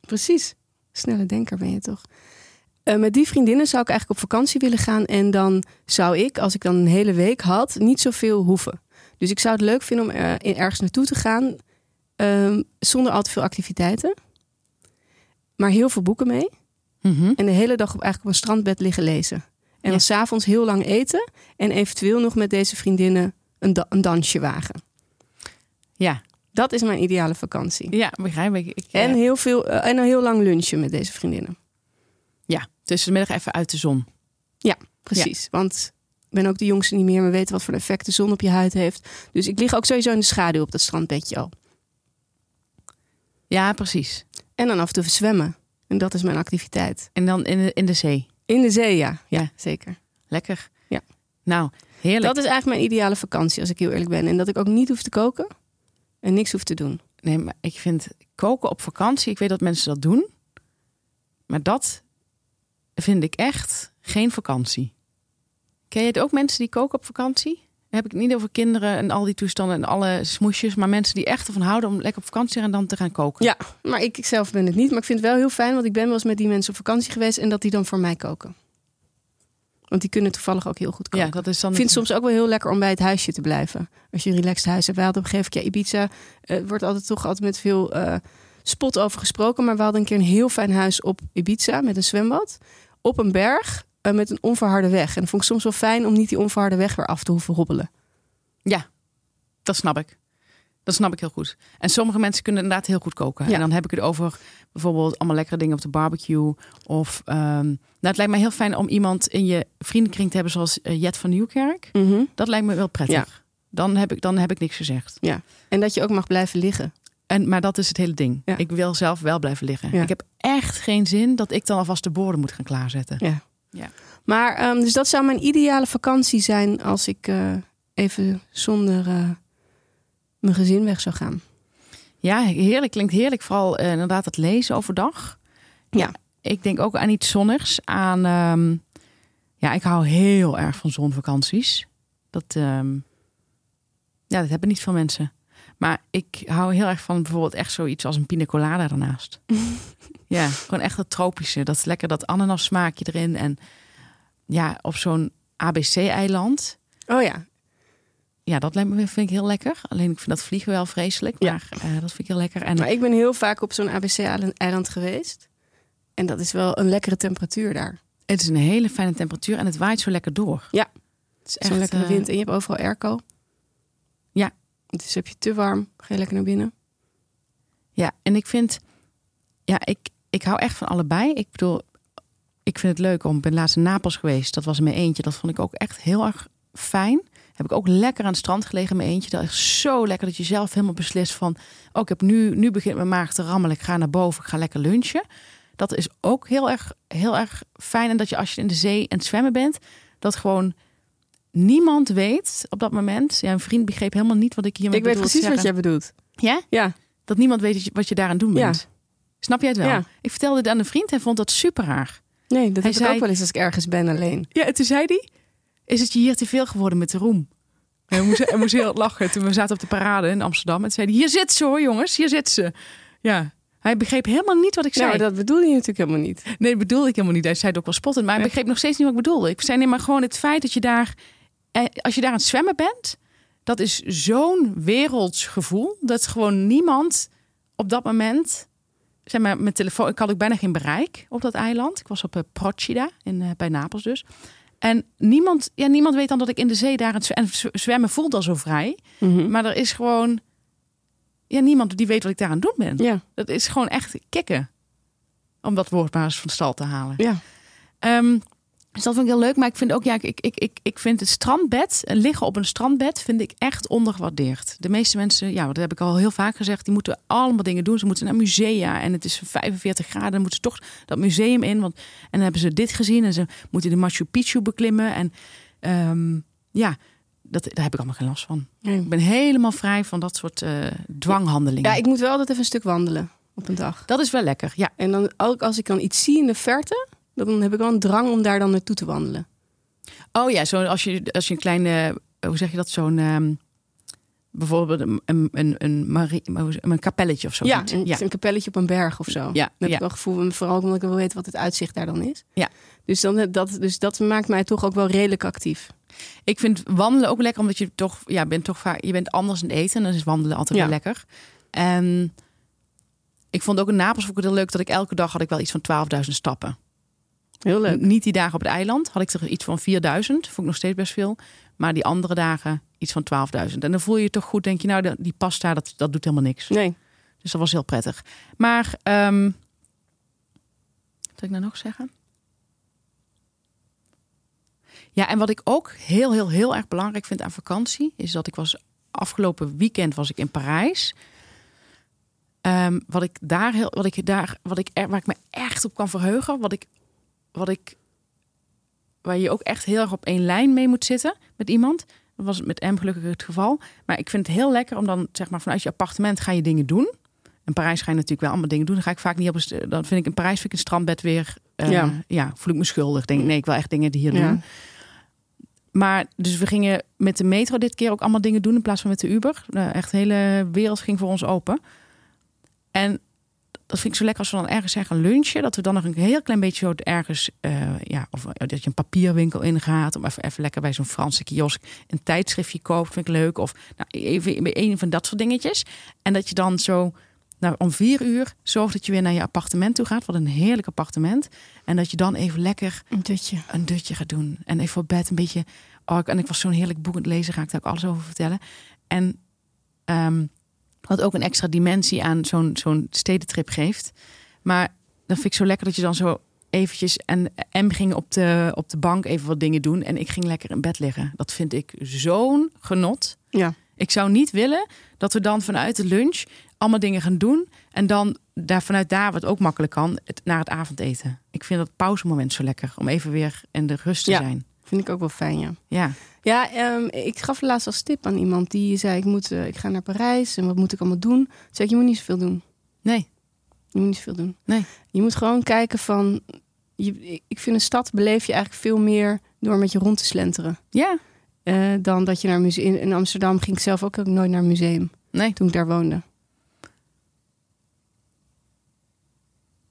Speaker 3: Precies. Snelle denker ben je toch? Eh, met die vriendinnen zou ik eigenlijk op vakantie willen gaan. En dan zou ik, als ik dan een hele week had, niet zoveel hoeven. Dus ik zou het leuk vinden om eh, in- ergens naartoe te gaan. ehm, zonder al te veel activiteiten. Maar heel veel boeken mee.
Speaker 1: Mhm.
Speaker 3: En de hele dag op, eigenlijk op een strandbed liggen lezen. En
Speaker 1: Ja.
Speaker 3: dan s'avonds heel lang eten. En eventueel nog met deze vriendinnen een, da- een dansje wagen.
Speaker 1: Ja,
Speaker 3: Dat is mijn ideale vakantie.
Speaker 1: ja, begrijp ik. ik
Speaker 3: En,
Speaker 1: eh,
Speaker 3: heel veel, eh, en een heel lang lunchen met deze vriendinnen.
Speaker 1: Ja, tussen de middag even uit de zon.
Speaker 3: Precies, want ik ben ook de jongste niet meer. We weten wat voor een effect de zon op je huid heeft. Dus ik lig ook sowieso in de schaduw op dat strandbedje al.
Speaker 1: Ja, precies.
Speaker 3: En dan af en toe zwemmen. En dat is mijn activiteit.
Speaker 1: En dan in de, in de zee.
Speaker 3: In de zee, ja. Ja,
Speaker 1: Ja.
Speaker 3: zeker.
Speaker 1: Lekker.
Speaker 3: Ja.
Speaker 1: Nou, heerlijk.
Speaker 3: Dat is eigenlijk mijn ideale vakantie, als ik heel eerlijk ben. En dat ik ook niet hoef te koken en niks hoef te doen.
Speaker 1: Nee, maar ik vind koken op vakantie, ik weet dat mensen dat doen. Maar dat vind ik echt geen vakantie. Ken je het ook mensen die koken op vakantie? Dan heb ik het niet over kinderen en al die toestanden en alle smoesjes. Maar mensen die echt ervan houden om lekker op vakantie te gaan en dan te gaan koken.
Speaker 3: Ja, maar ik, ik zelf ben het niet. Maar ik vind het wel heel fijn, want ik ben wel eens met die mensen op vakantie geweest. En dat die dan voor mij koken. Want die kunnen toevallig ook heel goed koken.
Speaker 1: Ja, dat is dan...
Speaker 3: Ik vind het soms ook wel heel lekker om bij het huisje te blijven. Als je een relaxed huis hebt. Wij hadden op een gegeven moment, ja, Ibiza eh, wordt altijd toch altijd met veel eh, spot over gesproken. Maar we hadden een keer een heel fijn huis op Ibiza met een zwembad. Op een berg eh, met een onverharde weg. En dat vond ik soms wel fijn om niet die onverharde weg weer af te hoeven hobbelen.
Speaker 1: Dat snap ik. Dat snap ik heel goed. En sommige mensen kunnen inderdaad heel goed koken.
Speaker 3: Ja.
Speaker 1: En dan heb ik het over bijvoorbeeld allemaal lekkere dingen op de barbecue. Of ehm, nou, het lijkt mij heel fijn om iemand in je vriendenkring te hebben zoals eh, Jet van Nieuwkerk.
Speaker 3: Mhm.
Speaker 1: Dat lijkt me wel prettig. Dan, heb ik, dan heb ik niks gezegd.
Speaker 3: En dat je ook mag blijven liggen.
Speaker 1: En, maar dat is het hele ding.
Speaker 3: Ja.
Speaker 1: Ik wil zelf wel blijven liggen.
Speaker 3: Ja.
Speaker 1: Ik heb echt geen zin dat ik dan alvast de borden moet gaan klaarzetten.
Speaker 3: Maar ehm, dus dat zou mijn ideale vakantie zijn als ik eh, even zonder eh, mijn gezin weg zou gaan.
Speaker 1: Ja, heerlijk. Klinkt heerlijk. Vooral eh, inderdaad het lezen overdag.
Speaker 3: Ja.
Speaker 1: Ik denk ook aan iets zonnigs. Aan, ehm, ja, ik hou heel erg van zonvakanties. Dat, ehm, Ja, dat hebben niet veel mensen. Maar ik hou heel erg van bijvoorbeeld echt zoiets als een pina colada daarnaast. ja, gewoon echt dat tropische. Dat is lekker dat ananas smaakje erin. En ja, op zo'n ABC-eiland.
Speaker 3: Oh ja.
Speaker 1: Ja, dat lijkt me, vind ik heel lekker. Alleen ik vind dat vliegen wel vreselijk.
Speaker 3: Ja.
Speaker 1: Maar eh, dat vind ik heel lekker. En
Speaker 3: Maar ik ben heel vaak op zo'n ABC-eiland geweest. En dat is wel een lekkere temperatuur daar.
Speaker 1: het is een hele fijne temperatuur en het waait zo lekker door.
Speaker 3: Ja.
Speaker 1: Het is echt
Speaker 3: Zo'n lekkere
Speaker 1: eh,
Speaker 3: wind. En je hebt overal airco.
Speaker 1: Ja.
Speaker 3: Dus heb je te warm, ga je lekker naar binnen.
Speaker 1: Ja, en ik vind, ja, ik, ik hou echt van allebei. Ik bedoel, ik vind het leuk om, ik ben laatst in Napels geweest. Dat was in mijn eentje. Dat vond ik ook echt heel erg fijn. Heb ik ook lekker aan het strand gelegen in mijn eentje. Dat is zo lekker dat je zelf helemaal beslist van, oh, ik heb nu, nu begint mijn maag te rammelen. Ik ga naar boven, ik ga lekker lunchen. Dat is ook heel erg, heel erg fijn. En dat je als je in de zee en het zwemmen bent, dat gewoon niemand weet op dat moment. Ja, een vriend begreep helemaal niet wat ik hiermee
Speaker 3: ik weet
Speaker 1: bedoelde
Speaker 3: precies
Speaker 1: te
Speaker 3: wat
Speaker 1: zeggen.
Speaker 3: jij bedoelt.
Speaker 1: Ja?
Speaker 3: Ja.
Speaker 1: dat niemand weet dat je- wat je daaraan doen
Speaker 3: Ja.
Speaker 1: bent. Snap jij het wel?
Speaker 3: Ja.
Speaker 1: Ik vertelde dit aan een vriend en vond dat super raar.
Speaker 3: Nee,
Speaker 1: Hij
Speaker 3: dat heb ik
Speaker 1: zei-
Speaker 3: ook wel eens als ik ergens ben alleen.
Speaker 1: Ja, en toen zei hij, is het je hier te veel geworden met de roem? Hij moest, hij moest heel hard lachen toen we zaten op de parade in Amsterdam. En toen zei hij, hier zit ze hoor jongens, hier zit ze. Ja, hij begreep helemaal niet wat ik zei.
Speaker 3: Nou, dat bedoelde je natuurlijk helemaal niet.
Speaker 1: Nee, dat bedoelde ik helemaal niet. Hij zei het ook wel spottend, maar hij
Speaker 3: Nee.
Speaker 1: begreep nog steeds niet wat ik bedoelde. Ik zei nee, maar gewoon het feit dat je daar, eh, als je daar aan het zwemmen bent, dat is zo'n werelds gevoel dat gewoon niemand op dat moment, zeg maar, mijn telefoon, ik had ook bijna geen bereik op dat eiland. Ik was op eh, Procida in, eh, bij Napels dus. En niemand, ja, niemand weet dan dat ik in de zee daar aan het zwe- en zw- zwemmen voelt al zo vrij.
Speaker 3: Hm.
Speaker 1: Maar er is gewoon ja, niemand die weet wat ik daar aan het doen ben.
Speaker 3: Ja,
Speaker 1: Dat is gewoon echt kicken. Om dat woord maar eens van stal te halen.
Speaker 3: ja.
Speaker 1: Ehm, dus dat vind ik heel leuk. Maar ik vind ook, ja, ik, ik, ik, ik vind het strandbed, eh, liggen op een strandbed, vind ik echt ondergewaardeerd. De meeste mensen, ja, dat heb ik al heel vaak gezegd, die moeten allemaal dingen doen. Ze moeten naar musea en het is 45 graden. Dan moeten ze toch dat museum in. Want, en dan hebben ze dit gezien en ze moeten de Machu Picchu beklimmen. En ehm, ja, dat, daar heb ik allemaal geen last van.
Speaker 3: Nee.
Speaker 1: Ik ben helemaal vrij van dat soort eh, dwanghandelingen.
Speaker 3: Ja, ik moet wel altijd even een stuk wandelen op een dag.
Speaker 1: Dat is wel lekker, ja.
Speaker 3: En dan ook als ik dan iets zie in de verte, dan heb ik wel een drang om daar dan naartoe te wandelen.
Speaker 1: Oh ja, zo als, je, als je een kleine, eh, hoe zeg je dat, zo'n ehm, bijvoorbeeld een, een, een, een, Marie, maar hoe zeg- een kapelletje of zo.
Speaker 3: ja,
Speaker 1: ziet.
Speaker 3: een,
Speaker 1: ja.
Speaker 3: een kapelletje op een berg of zo. Dan
Speaker 1: ja.
Speaker 3: heb
Speaker 1: ja.
Speaker 3: ik wel gevoel, vooral omdat ik wel weet wat het uitzicht daar dan is.
Speaker 1: Ja.
Speaker 3: Dus, dan, dat, dus dat maakt mij toch ook wel redelijk actief.
Speaker 1: Ik vind wandelen ook lekker, omdat je toch, ja, bent toch vaak, je bent anders aan het eten. En dan is wandelen altijd
Speaker 3: Ja.
Speaker 1: wel lekker. En ik vond ook in Napels vond ik het heel leuk dat ik elke dag had ik wel iets van 12.000 stappen.
Speaker 3: Heel leuk.
Speaker 1: N- Niet die dagen op het eiland had ik er iets van 4000. Vond ik nog steeds best veel. Maar die andere dagen iets van 12.000. En dan voel je je toch goed. Denk je, nou, dat- die pasta, dat, dat doet helemaal niks.
Speaker 3: Nee.
Speaker 1: Dus dat was heel prettig. Maar, ehm wat wil ik nou nog zeggen? Ja, en wat ik ook heel, heel, heel erg belangrijk vind aan vakantie... is dat ik was afgelopen weekend was ik in Parijs. Ehm, wat ik daar heel, wat ik daar, wat ik er, waar ik me echt op kan verheugen, wat ik, wat ik, waar je ook echt heel erg op één lijn mee moet zitten met iemand. Dat was met M gelukkig het geval. Maar ik vind het heel lekker om dan, zeg maar, vanuit je appartement ga je dingen doen. In Parijs ga je natuurlijk wel allemaal dingen doen. Dan ga ik vaak niet op een, st- dan vind ik in Parijs vind ik een strandbed weer, eh,
Speaker 3: Ja.
Speaker 1: ja. voel ik me schuldig. Denk ik, nee, ik wil echt dingen die hier
Speaker 3: Ja.
Speaker 1: doen. Maar dus we gingen met de metro dit keer ook allemaal dingen doen in plaats van met de Uber. Nou, echt de hele wereld ging voor ons open. En dat vind ik zo lekker als we dan ergens zijn gaan lunchen. Dat we dan nog een heel klein beetje zo ergens... eh, ja, of dat je een papierwinkel ingaat. Om even, even lekker bij zo'n Franse kiosk een tijdschriftje koopt. Vind ik leuk. Of nou, even bij een van dat soort dingetjes. En dat je dan zo nou, om vier uur zorgt dat je weer naar je appartement toe gaat. Wat een heerlijk appartement. En dat je dan even lekker
Speaker 3: Een dutje.
Speaker 1: een dutje gaat doen. En even op bed een beetje. Oh, ik- en ik was zo'n heerlijk boek aan het lezen, ga ik daar ook alles over vertellen. En ehm, wat ook een extra dimensie aan zo'n zo'n stedentrip geeft. Maar dat vind ik zo lekker dat je dan zo eventjes... En M ging op de, op de bank even wat dingen doen. En ik ging lekker in bed liggen. Dat vind ik zo'n genot.
Speaker 3: Ja.
Speaker 1: Ik zou niet willen dat we dan vanuit de lunch allemaal dingen gaan doen. En dan daar, vanuit daar, wat ook makkelijk kan, het, naar het avondeten. Ik vind dat pauzemoment zo lekker. Om even weer in de rust te
Speaker 3: Ja.
Speaker 1: zijn.
Speaker 3: Vind ik ook wel fijn, ja.
Speaker 1: Ja.
Speaker 3: Ja, ehm, ik gaf laatst als tip aan iemand die zei: ik, moet, eh, ik ga naar Parijs en wat moet ik allemaal doen? Toen zei ik: Je moet niet zoveel doen.
Speaker 1: Nee.
Speaker 3: Je moet niet zoveel doen.
Speaker 1: Nee.
Speaker 3: Je moet gewoon kijken van. Je, ik vind een stad beleef je eigenlijk veel meer door met je rond te slenteren.
Speaker 1: Ja.
Speaker 3: Eh, eh, dan dat je naar museum. In, in Amsterdam ging ik zelf ook, ook nooit naar een museum
Speaker 1: Nee.
Speaker 3: toen ik daar woonde. Daar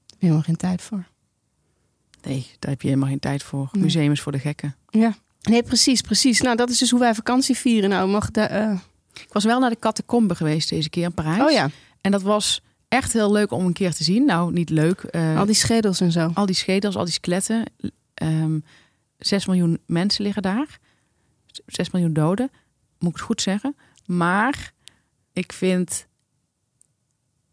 Speaker 3: heb je helemaal geen tijd voor.
Speaker 1: Nee, daar heb je helemaal geen tijd voor.
Speaker 3: Nee.
Speaker 1: Museum is voor de gekken.
Speaker 3: Ja. Nee, precies, precies. Nou, dat is dus hoe wij vakantie vieren. Nou, mag daar. eh,
Speaker 1: Ik was wel naar de catacombe geweest deze keer in Parijs.
Speaker 3: Oh ja,
Speaker 1: En dat was echt heel leuk om een keer te zien. Nou, niet leuk. eh,
Speaker 3: al die schedels en zo.
Speaker 1: al die schedels, al die skeletten. Ehm 6 miljoen mensen liggen daar. 6 miljoen doden, moet ik het goed zeggen. Maar ik vind,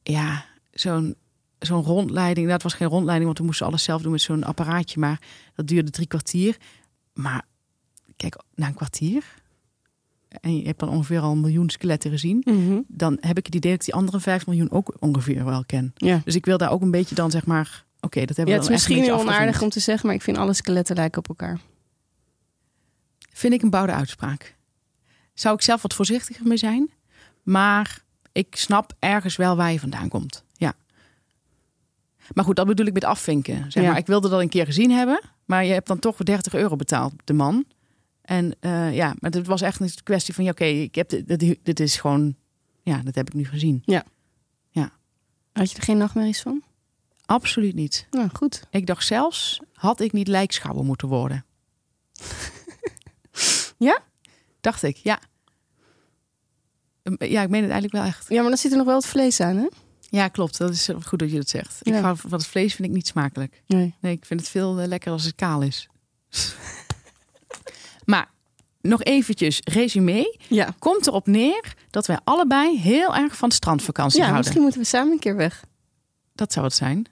Speaker 1: ja, zo'n zo'n rondleiding. Dat was geen rondleiding, want we moesten alles zelf doen met zo'n apparaatje. Maar dat duurde drie kwartier. Maar kijk, na een kwartier. En je hebt dan ongeveer al een miljoen skeletten gezien.
Speaker 3: Mhm.
Speaker 1: Dan heb ik het idee dat ik die andere 5 miljoen ook ongeveer wel ken.
Speaker 3: Ja.
Speaker 1: Dus ik wil daar ook een beetje dan zeg maar... Oké, dat hebben
Speaker 3: Ja, het
Speaker 1: we
Speaker 3: is
Speaker 1: dan echt een
Speaker 3: misschien heel
Speaker 1: beetje
Speaker 3: onaardig
Speaker 1: afgevinkt.
Speaker 3: om te zeggen, maar ik vind alle skeletten lijken op elkaar.
Speaker 1: Vind ik een boude uitspraak. Zou ik zelf wat voorzichtiger mee zijn. Maar ik snap ergens wel waar je vandaan komt. Ja. Maar goed, dat bedoel ik met afvinken. Zeg
Speaker 3: Ja.
Speaker 1: maar, ik wilde dat een keer gezien hebben. Maar je hebt dan toch 30 euro betaald, de man. En eh, ja, maar het was echt een kwestie van... Ja, oké, ik heb dit, dit, dit is gewoon... Ja, dat heb ik nu gezien.
Speaker 3: Had je er geen nachtmerries van?
Speaker 1: Absoluut niet.
Speaker 3: Nou, goed.
Speaker 1: Ik dacht zelfs, had ik niet lijkschouwer moeten worden?
Speaker 3: Ja?
Speaker 1: Dacht ik, ja. Ehm, Ja, ik meen het eigenlijk wel echt.
Speaker 3: Ja, maar dan zit er nog wel het vlees aan, hè?
Speaker 1: Ja, klopt. Dat is goed dat je dat zegt. Ik
Speaker 3: Ja.
Speaker 1: hou van het vlees vind ik niet smakelijk.
Speaker 3: Nee.
Speaker 1: Nee, ik vind het veel eh, lekker als het kaal is. maar nog eventjes resume.
Speaker 3: Ja.
Speaker 1: Komt erop neer dat wij allebei heel erg van strandvakantie
Speaker 3: Ja,
Speaker 1: houden.
Speaker 3: misschien moeten we samen een keer weg.
Speaker 1: Dat zou het zijn.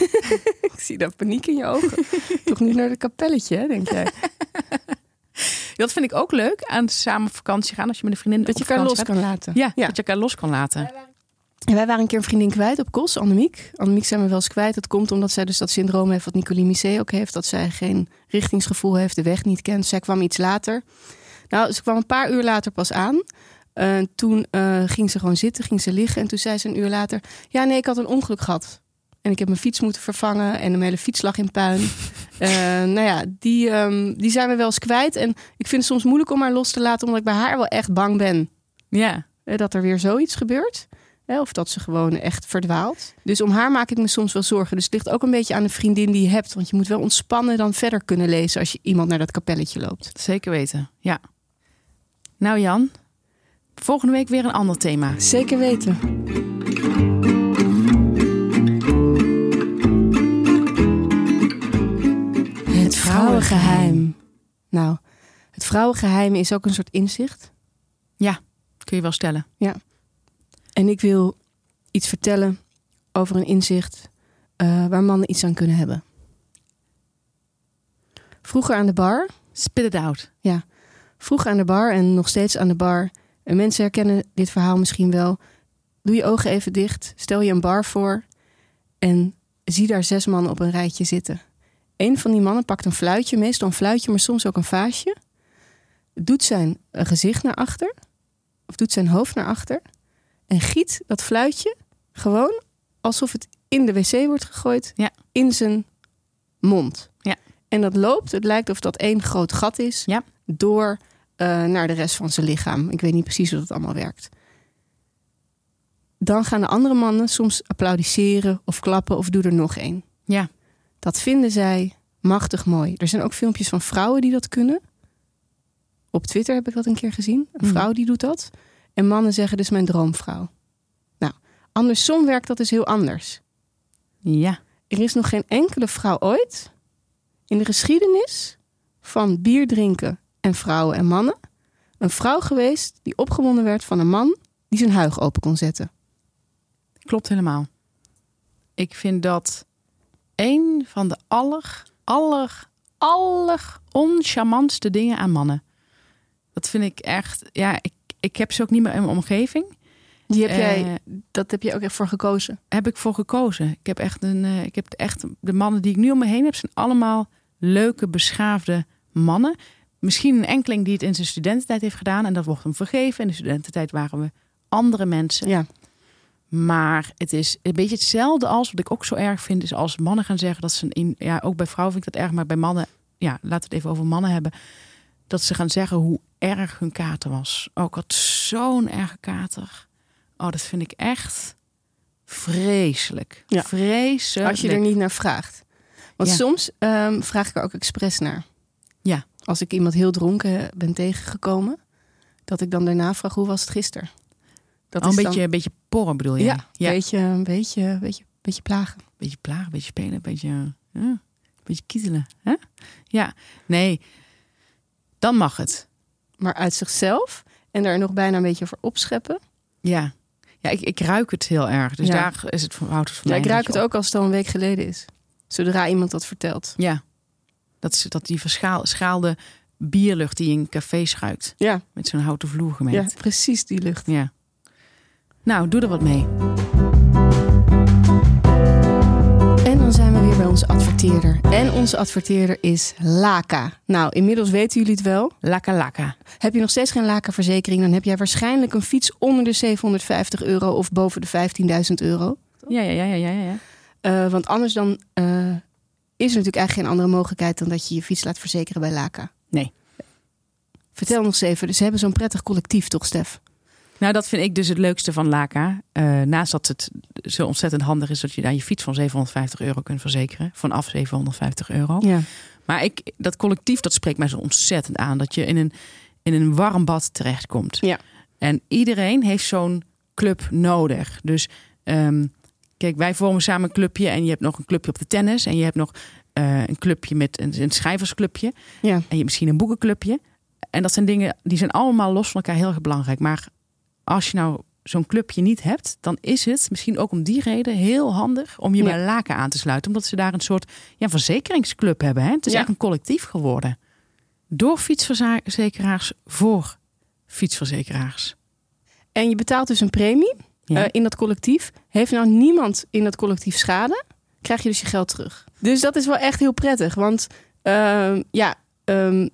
Speaker 3: Ik zie dat paniek in je ogen. Toch niet naar de kapelletje, hè, denk jij?
Speaker 1: Dat vind ik ook leuk aan samen op vakantie gaan als je met een vriendin
Speaker 3: Dat je
Speaker 1: op
Speaker 3: elkaar
Speaker 1: vakantie
Speaker 3: los
Speaker 1: gaat.
Speaker 3: kan laten.
Speaker 1: Ja, dat je elkaar los kan laten.
Speaker 3: En wij waren een keer een vriendin kwijt op Kos, Annemiek. Annemiek zijn we wel eens kwijt. Dat komt omdat zij dus dat syndroom heeft wat Nicolie Missé ook heeft. Dat zij geen richtingsgevoel heeft, de weg niet kent. Zij kwam iets later. Nou, ze kwam een paar uur later pas aan. Eh, toen eh, ging ze gewoon zitten, ging ze liggen. En toen zei ze een uur later... Ja, nee, ik had een ongeluk gehad. En ik heb mijn fiets moeten vervangen. En mijn hele fiets lag in puin. Eh, nou ja, die, ehm, die zijn we wel eens kwijt. En ik vind het soms moeilijk om haar los te laten... omdat ik bij haar wel echt bang ben.
Speaker 1: Ja.
Speaker 3: Hè, eh, dat er weer zoiets gebeurt. Hè, of dat ze gewoon echt verdwaalt. Dus om haar maak ik me soms wel zorgen. Dus het ligt ook een beetje aan de vriendin die je hebt. Want je moet wel ontspannen dan verder kunnen lezen als je iemand naar dat kapelletje loopt.
Speaker 1: Zeker weten, ja. Nou Jan, volgende week weer een ander thema.
Speaker 3: Zeker weten. Het vrouwengeheim. Nou, het vrouwengeheim is ook een soort inzicht.
Speaker 1: Kun je wel stellen.
Speaker 3: En ik wil iets vertellen over een inzicht eh, waar mannen iets aan kunnen hebben. Vroeger aan de bar,
Speaker 1: Spit it out.
Speaker 3: vroeger aan de bar en nog steeds aan de bar. En mensen herkennen dit verhaal misschien wel. Doe je ogen even dicht, stel je een bar voor en zie daar zes mannen op een rijtje zitten. Een van die mannen pakt een fluitje, meestal een fluitje, maar soms ook een vaasje. Doet zijn eh, gezicht naar achter, of doet zijn hoofd naar achter en giet dat fluitje gewoon alsof het in de wc wordt gegooid,
Speaker 1: Ja.
Speaker 3: in zijn mond.
Speaker 1: Ja.
Speaker 3: En dat loopt, het lijkt of dat één groot gat is,
Speaker 1: Ja.
Speaker 3: door eh, naar de rest van zijn lichaam. Ik weet niet precies hoe dat allemaal werkt. Dan gaan de andere mannen soms applaudisseren of klappen of doe er nog één.
Speaker 1: Ja.
Speaker 3: Dat vinden zij machtig mooi. Er zijn ook filmpjes van vrouwen die dat kunnen. Op Twitter heb ik dat een keer gezien. Een
Speaker 1: Mhm.
Speaker 3: vrouw die doet dat. En mannen zeggen, dit is mijn droomvrouw. Nou, andersom werkt dat dus heel anders.
Speaker 1: Ja.
Speaker 3: Er is nog geen enkele vrouw ooit in de geschiedenis van bier drinken en vrouwen en mannen een vrouw geweest die opgewonden werd van een man die zijn huig open kon zetten.
Speaker 1: Klopt helemaal. Ik vind dat een van de aller, aller, aller oncharmantste dingen aan mannen. Dat vind ik echt, ja, ik, ik heb ze ook niet meer in mijn omgeving.
Speaker 3: Die heb
Speaker 1: Eh,
Speaker 3: jij, dat heb jij ook echt voor gekozen.
Speaker 1: heb ik voor gekozen. Ik heb echt een, eh, ik heb echt de mannen die ik nu om me heen heb, zijn allemaal leuke, beschaafde mannen. Misschien een enkeling die het in zijn studententijd heeft gedaan en dat wordt hem vergeven. In de studententijd waren we andere mensen.
Speaker 3: Ja.
Speaker 1: Maar het is een beetje hetzelfde als wat ik ook zo erg vind, is als mannen gaan zeggen dat ze een in, ja, ook bij vrouwen vind ik dat erg, maar bij mannen, ja, laten we het even over mannen hebben, dat ze gaan zeggen hoe erg hun kater was. Ook had zo'n erge kater. Oh, dat vind ik echt vreselijk.
Speaker 3: Ja.
Speaker 1: Vreselijk.
Speaker 3: Als je er niet naar vraagt. Want
Speaker 1: Ja.
Speaker 3: soms ehm, vraag ik er ook expres naar.
Speaker 1: Ja.
Speaker 3: Als ik iemand heel dronken ben tegengekomen, dat ik dan daarna vraag hoe was het gisteren. Dat
Speaker 1: Oh, een
Speaker 3: is
Speaker 1: beetje, een beetje porren bedoel je?
Speaker 3: dan, ja, Beetje, een beetje, een beetje, een beetje plagen.
Speaker 1: beetje plagen, een beetje spelen, een beetje, ja, een beetje kietelen. Hè? Ja, nee, dan mag het.
Speaker 3: Maar uit zichzelf en daar nog bijna een beetje voor opscheppen.
Speaker 1: Ja, ja ik, ik ruik het heel erg. Dus
Speaker 3: Ja.
Speaker 1: daar is het voor, houdt het voor
Speaker 3: Ja,
Speaker 1: mij
Speaker 3: ik
Speaker 1: een
Speaker 3: ruik het
Speaker 1: beetje op.
Speaker 3: ook als het al een week geleden is. Zodra iemand dat vertelt.
Speaker 1: Ja, dat, is, dat die verschaalde bierlucht die je in cafés ruikt.
Speaker 3: Ja,
Speaker 1: Met zo'n houten vloer
Speaker 3: ja
Speaker 1: gemaakt.
Speaker 3: precies die lucht.
Speaker 1: Ja. Nou, doe er wat mee.
Speaker 3: En dan zijn we weer bij onze adverteerder. En onze adverteerder is Laka. Nou, inmiddels weten jullie het wel.
Speaker 1: Laka laka.
Speaker 3: Heb je nog steeds geen Laka-verzekering, dan heb jij waarschijnlijk een fiets onder de 750 euro of boven de 15.000 euro.
Speaker 1: Ja, ja, ja, ja, ja, ja.
Speaker 3: Eh, want anders dan eh, is er natuurlijk eigenlijk geen andere mogelijkheid dan dat je je fiets laat verzekeren bij Laka.
Speaker 1: Nee.
Speaker 3: Vertel nog eens even, dus ze hebben zo'n prettig collectief toch, Stef?
Speaker 1: Nou, dat vind ik dus het leukste van Laka. Eh, naast dat het zo ontzettend handig is dat je daar je fiets van 750 euro kunt verzekeren. Vanaf 750 euro.
Speaker 3: Ja.
Speaker 1: Maar ik, dat collectief, dat spreekt mij zo ontzettend aan. Dat je in een, in een warm bad terechtkomt.
Speaker 3: Ja.
Speaker 1: En iedereen heeft zo'n club nodig. Dus ehm, kijk, wij vormen samen een clubje. En je hebt nog een clubje op de tennis. En je hebt nog eh, een clubje met een, een schrijversclubje.
Speaker 3: Ja.
Speaker 1: En je hebt misschien een boekenclubje. En dat zijn dingen, die zijn allemaal los van elkaar heel erg belangrijk. Maar als je nou zo'n clubje niet hebt, dan is het misschien ook om die reden heel handig om je
Speaker 3: Ja.
Speaker 1: bij Laken aan te sluiten. Omdat ze daar een soort ja, verzekeringsclub hebben. Hè? Het is
Speaker 3: Ja.
Speaker 1: echt een collectief geworden. Door fietsverzekeraars voor fietsverzekeraars.
Speaker 3: En je betaalt dus een premie
Speaker 1: Ja.
Speaker 3: eh, in dat collectief. Heeft nou niemand in dat collectief schade, krijg je dus je geld terug. Dus dat is wel echt heel prettig. Want ehm, ja, ehm,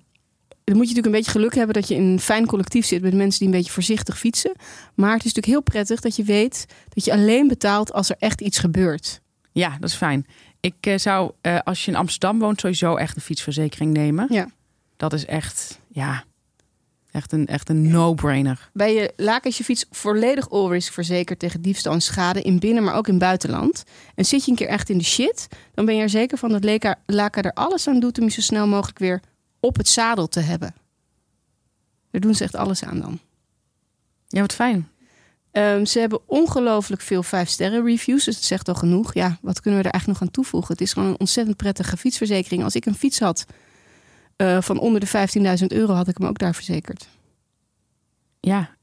Speaker 3: dan moet je natuurlijk een beetje geluk hebben dat je in een fijn collectief zit met mensen die een beetje voorzichtig fietsen. Maar het is natuurlijk heel prettig dat je weet dat je alleen betaalt als er echt iets gebeurt.
Speaker 1: Ja, dat is fijn. Ik eh, zou, eh, als je in Amsterdam woont, sowieso echt een fietsverzekering nemen.
Speaker 3: Ja.
Speaker 1: Dat is echt, ja, echt een, echt een no-brainer.
Speaker 3: Bij je laak is je fiets volledig all-risk verzekerd tegen diefstal en schade in binnen, maar ook in buitenland. En zit je een keer echt in de shit, dan ben je er zeker van dat Leka- Laka er alles aan doet om je zo snel mogelijk weer op het zadel te hebben. Daar doen ze echt alles aan dan.
Speaker 1: Ja, wat fijn.
Speaker 3: Ehm, ze hebben ongelooflijk veel 5-sterren reviews, dus dat zegt al genoeg. Ja, wat kunnen we er eigenlijk nog aan toevoegen? Het is gewoon een ontzettend prettige fietsverzekering. Als ik een fiets had eh, van onder de 15.000 euro, had ik hem ook daar verzekerd.
Speaker 1: Ja,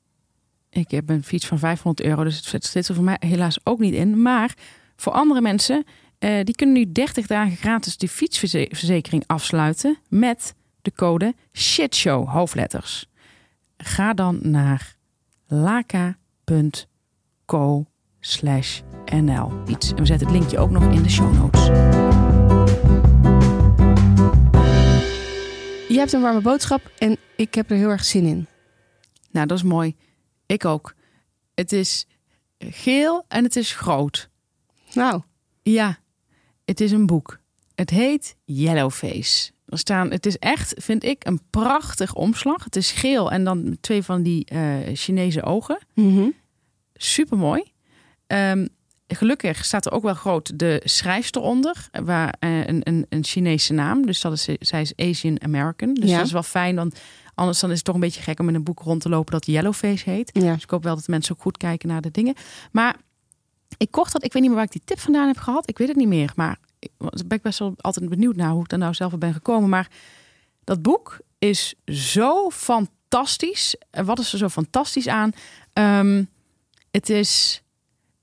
Speaker 1: ik heb een fiets van 500 euro, dus het zit er voor mij helaas ook niet in. Maar voor andere mensen, eh, die kunnen nu 30 dagen gratis die fietsverzekering afsluiten met de code SHITSHOW, hoofdletters. Ga dan naar laka.co slash nl iets. En we zetten het linkje ook nog in de show notes.
Speaker 3: Je hebt een warme boodschap en ik heb er heel erg zin in.
Speaker 1: Nou, dat is mooi. Ik ook. Het is geel en het is groot.
Speaker 3: Nou,
Speaker 1: Ja, het is een boek. Het heet Yellowface. Er staan, het is echt, vind ik, een prachtig omslag. Het is geel en dan twee van die eh, Chinese ogen. Supermooi. Ehm, gelukkig staat er ook wel groot de schrijfster onder. Waar, eh, een, een, een Chinese naam. Dus dat is, zij is Asian American. Dus
Speaker 3: Ja.
Speaker 1: dat is wel fijn. Want anders dan is het toch een beetje gek om in een boek rond te lopen dat Yellowface heet.
Speaker 3: ja.
Speaker 1: Dus ik hoop wel dat mensen ook goed kijken naar de dingen. Maar ik kocht dat. Ik weet niet meer waar ik die tip vandaan heb gehad. Ik weet het niet meer. Maar ik want ik ben best wel altijd benieuwd naar hoe ik daar nou zelf op ben gekomen. Maar dat boek is zo fantastisch. En wat is er zo fantastisch aan? Ehm, het is...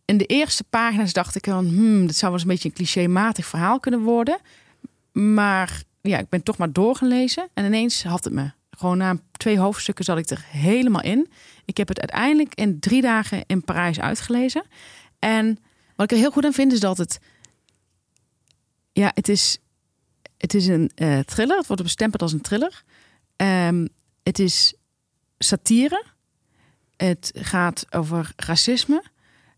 Speaker 1: In de eerste pagina's dacht ik van... Hmm, dit zou wel eens een beetje een clichématig verhaal kunnen worden. Maar ja, ik ben toch maar doorgelezen. En ineens had het me. Gewoon na twee hoofdstukken zat ik er helemaal in. Ik heb het uiteindelijk in drie dagen in Parijs uitgelezen. En wat ik er heel goed aan vind is dat het. Ja, het is, het is een eh, thriller. Het wordt bestempeld als een thriller. Ehm, het is satire. Het gaat over racisme.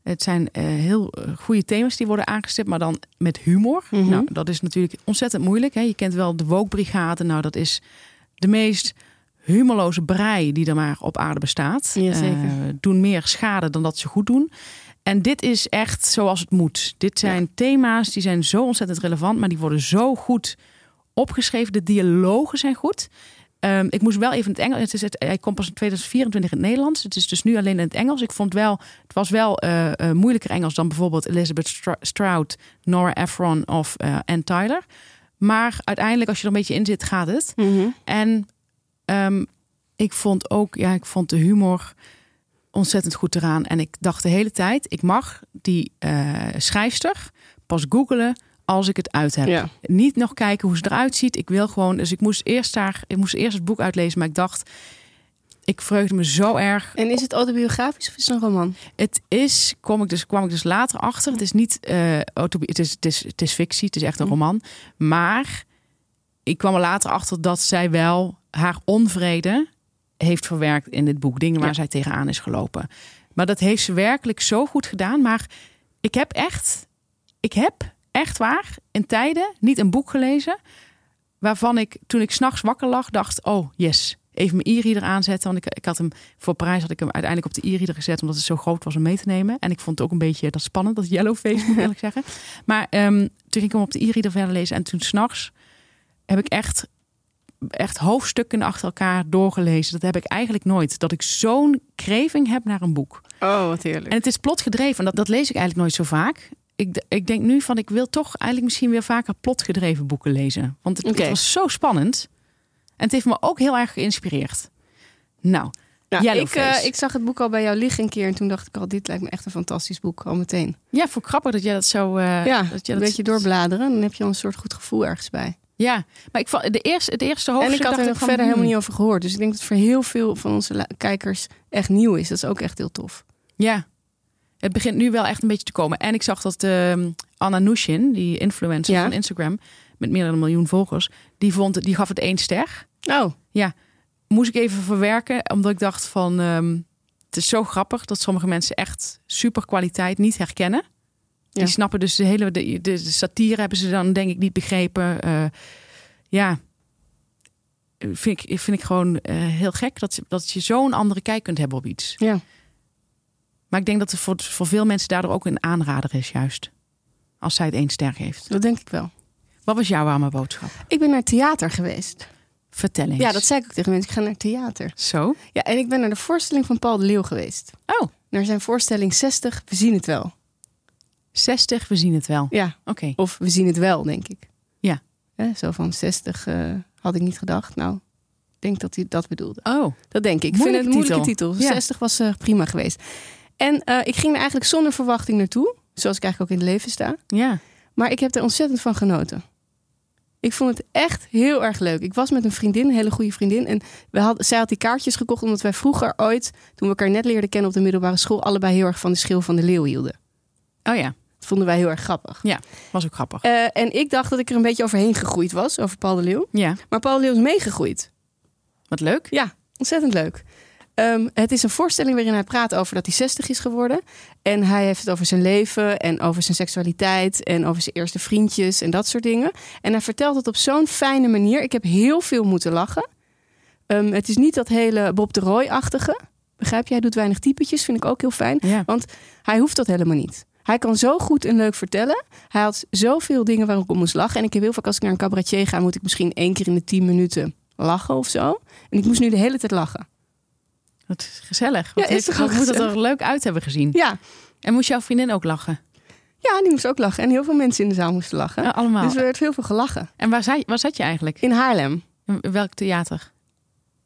Speaker 1: Het zijn eh, heel eh, goede thema's die worden aangestipt, maar dan met humor.
Speaker 3: Mhm.
Speaker 1: Nou, dat is natuurlijk ontzettend moeilijk. Hè? Je kent wel de Wookbrigade. Nou, dat is de meest humorloze brei die er maar op aarde bestaat.
Speaker 3: Ja, zeker.
Speaker 1: Eh, doen meer schade dan dat ze goed doen. En dit is echt zoals het moet. Dit zijn thema's die zijn zo ontzettend relevant, maar die worden zo goed opgeschreven. De dialogen zijn goed. Ehm, ik moest wel even in het Engels. Het is het, hij komt pas in 2024 in het Nederlands. Het is dus nu alleen in het Engels. Ik vond wel, het was wel eh, eh, moeilijker Engels dan bijvoorbeeld Elizabeth Stra- Stroud, Nora Ephron of eh Ann Tyler. Maar uiteindelijk, als je er een beetje in zit, gaat het.
Speaker 3: Mhm.
Speaker 1: En ehm, ik vond ook, ja, ik vond de humor ontzettend goed eraan. En ik dacht de hele tijd, ik mag die eh, schrijfster pas googelen als ik het uit heb.
Speaker 3: Ja.
Speaker 1: Niet nog kijken hoe ze eruit ziet. Ik wil gewoon, dus ik moest eerst daar, ik moest eerst het boek uitlezen, maar ik dacht, ik vreugde me zo erg.
Speaker 3: En is het autobiografisch of is het een roman?
Speaker 1: Het is, kom ik dus, kwam ik dus later achter. Het is niet eh autobi- het, is, het, is, het is fictie, het is echt een
Speaker 3: Mm.
Speaker 1: roman. Maar ik kwam er later achter dat zij wel haar onvrede heeft verwerkt in dit boek. Dingen waar
Speaker 3: Ja.
Speaker 1: zij tegenaan is gelopen. Maar dat heeft ze werkelijk zo goed gedaan. Maar ik heb echt, ik heb echt waar in tijden niet een boek gelezen. waarvan ik toen ik s'nachts wakker lag dacht: oh yes. Even mijn e-reader aanzetten. Want ik, ik had hem voor prijs had ik hem uiteindelijk op de e-reader gezet. Omdat het zo groot was om mee te nemen. En ik vond het ook een beetje dat spannend, dat yellow face moet ik eerlijk zeggen. Maar ehm, toen ging ik hem op de e-reader verder lezen. En toen s'nachts heb ik echt, echt hoofdstukken achter elkaar doorgelezen. Dat heb ik eigenlijk nooit. Dat ik zo'n kreving heb naar een boek.
Speaker 3: Oh, wat heerlijk.
Speaker 1: En het is plot gedreven. En Dat, dat lees ik eigenlijk nooit zo vaak. Ik, d- ik denk nu van, ik wil toch eigenlijk misschien weer vaker plotgedreven boeken lezen. Want het, het
Speaker 3: Oké.
Speaker 1: was zo spannend. En het heeft me ook heel erg geïnspireerd. Nou,
Speaker 3: Nou, ik,
Speaker 1: Yellowface.
Speaker 3: eh, ik zag het boek al bij jou liggen een keer en toen dacht ik al, dit lijkt me echt een fantastisch boek, al meteen.
Speaker 1: ja, voor grappig dat jij dat zo... eh,
Speaker 3: ja,
Speaker 1: dat jij
Speaker 3: een
Speaker 1: dat-
Speaker 3: beetje doorbladeren, dan heb je al een soort goed gevoel ergens bij.
Speaker 1: Ja, maar ik vond de eerste, het eerste hoofdstuk...
Speaker 3: en ik had er
Speaker 1: dacht
Speaker 3: nog
Speaker 1: van,
Speaker 3: verder
Speaker 1: hmm.
Speaker 3: helemaal niet over gehoord, dus ik denk dat het voor heel veel van onze la- kijkers echt nieuw is. Dat is ook echt heel tof.
Speaker 1: Ja, het begint nu wel echt een beetje te komen. En ik zag dat ehm, Anna Nushin, die influencer
Speaker 3: Ja.
Speaker 1: van Instagram... met meer dan een miljoen volgers, die, vond, het- die gaf het één ster...
Speaker 3: Oh,
Speaker 1: moest ik even verwerken, omdat ik dacht van... ehm, het is zo grappig dat sommige mensen echt super kwaliteit niet herkennen.
Speaker 3: Ja.
Speaker 1: Die snappen dus de hele... De, de, de satire hebben ze dan denk ik niet begrepen. Eh, ja, vind ik, vind ik gewoon eh, heel gek dat, je- dat je zo'n andere kijk kunt hebben op iets.
Speaker 3: ja.
Speaker 1: Maar ik denk dat het voor, voor veel mensen daardoor ook een aanrader is juist. Als zij het één ster heeft.
Speaker 3: Dat denk ik wel.
Speaker 1: Wat was jouw warme boodschap?
Speaker 3: Ik ben naar theater geweest.
Speaker 1: Vertel eens.
Speaker 3: Ja, dat zei ik ook tegen mensen. Ik ga naar theater.
Speaker 1: Zo?
Speaker 3: Ja, en ik ben naar de voorstelling van Paul de Leeuw geweest.
Speaker 1: Oh,
Speaker 3: Naar zijn voorstelling 60, we zien het wel.
Speaker 1: 60, we zien het wel. Oké.
Speaker 3: Ja, of we zien het wel, denk ik.
Speaker 1: Ja.
Speaker 3: Hè, zo van 60 eh, had ik niet gedacht. Nou, ik denk dat hij dat bedoelde.
Speaker 1: Oh,
Speaker 3: Dat denk ik. Ik vind
Speaker 1: Moeilijke
Speaker 3: het een moeilijke titel.
Speaker 1: Ja.
Speaker 3: 60 was eh, prima geweest. En eh, ik ging er eigenlijk zonder verwachting naartoe. Zoals ik eigenlijk ook in het leven sta.
Speaker 1: ja.
Speaker 3: Maar ik heb er ontzettend van genoten. Ik vond het echt heel erg leuk. Ik was met een vriendin, een hele goede vriendin. En we had, zij had die kaartjes gekocht omdat wij vroeger ooit, toen we elkaar net leerden kennen op de middelbare school, allebei heel erg van de schil van de leeuw hielden.
Speaker 1: Oh ja,
Speaker 3: Dat vonden wij heel erg grappig.
Speaker 1: was ook grappig.
Speaker 3: Eh, en ik dacht dat ik er een beetje overheen gegroeid was, over Paul de Leeuw.
Speaker 1: Ja,
Speaker 3: Maar Paul de Leeuw is meegegroeid.
Speaker 1: wat leuk.
Speaker 3: Ja, ontzettend leuk. Ehm, het is een voorstelling waarin hij praat over dat hij 60 is geworden. En hij heeft het over zijn leven en over zijn seksualiteit en over zijn eerste vriendjes en dat soort dingen. En hij vertelt het op zo'n fijne manier. Ik heb heel veel moeten lachen. Ehm, het is niet dat hele Bob de Roy-achtige. Begrijp je? Hij doet weinig typetjes, vind ik ook heel fijn.
Speaker 1: Ja.
Speaker 3: Hij hoeft dat helemaal niet. Hij kan zo goed en leuk vertellen. Hij had zoveel dingen waar ik om moest lachen. En ik heb heel vaak als ik naar een cabaretier ga, moet ik misschien één keer in de tien minuten lachen of zo. En ik moest nu de hele tijd lachen.
Speaker 1: Wat gezellig.
Speaker 3: Ja,
Speaker 1: Wat
Speaker 3: is
Speaker 1: heeft-
Speaker 3: toch
Speaker 1: wat
Speaker 3: ook
Speaker 1: moet het er
Speaker 3: gezellig?
Speaker 1: leuk uit hebben gezien.
Speaker 3: Ja,
Speaker 1: En moest jouw vriendin ook lachen?
Speaker 3: ja die moest ook lachen. En heel veel mensen in de zaal moesten lachen.
Speaker 1: Ja, allemaal.
Speaker 3: Dus er werd heel veel gelachen.
Speaker 1: En waar, zei, waar zat je eigenlijk?
Speaker 3: In Haarlem,
Speaker 1: In welk theater?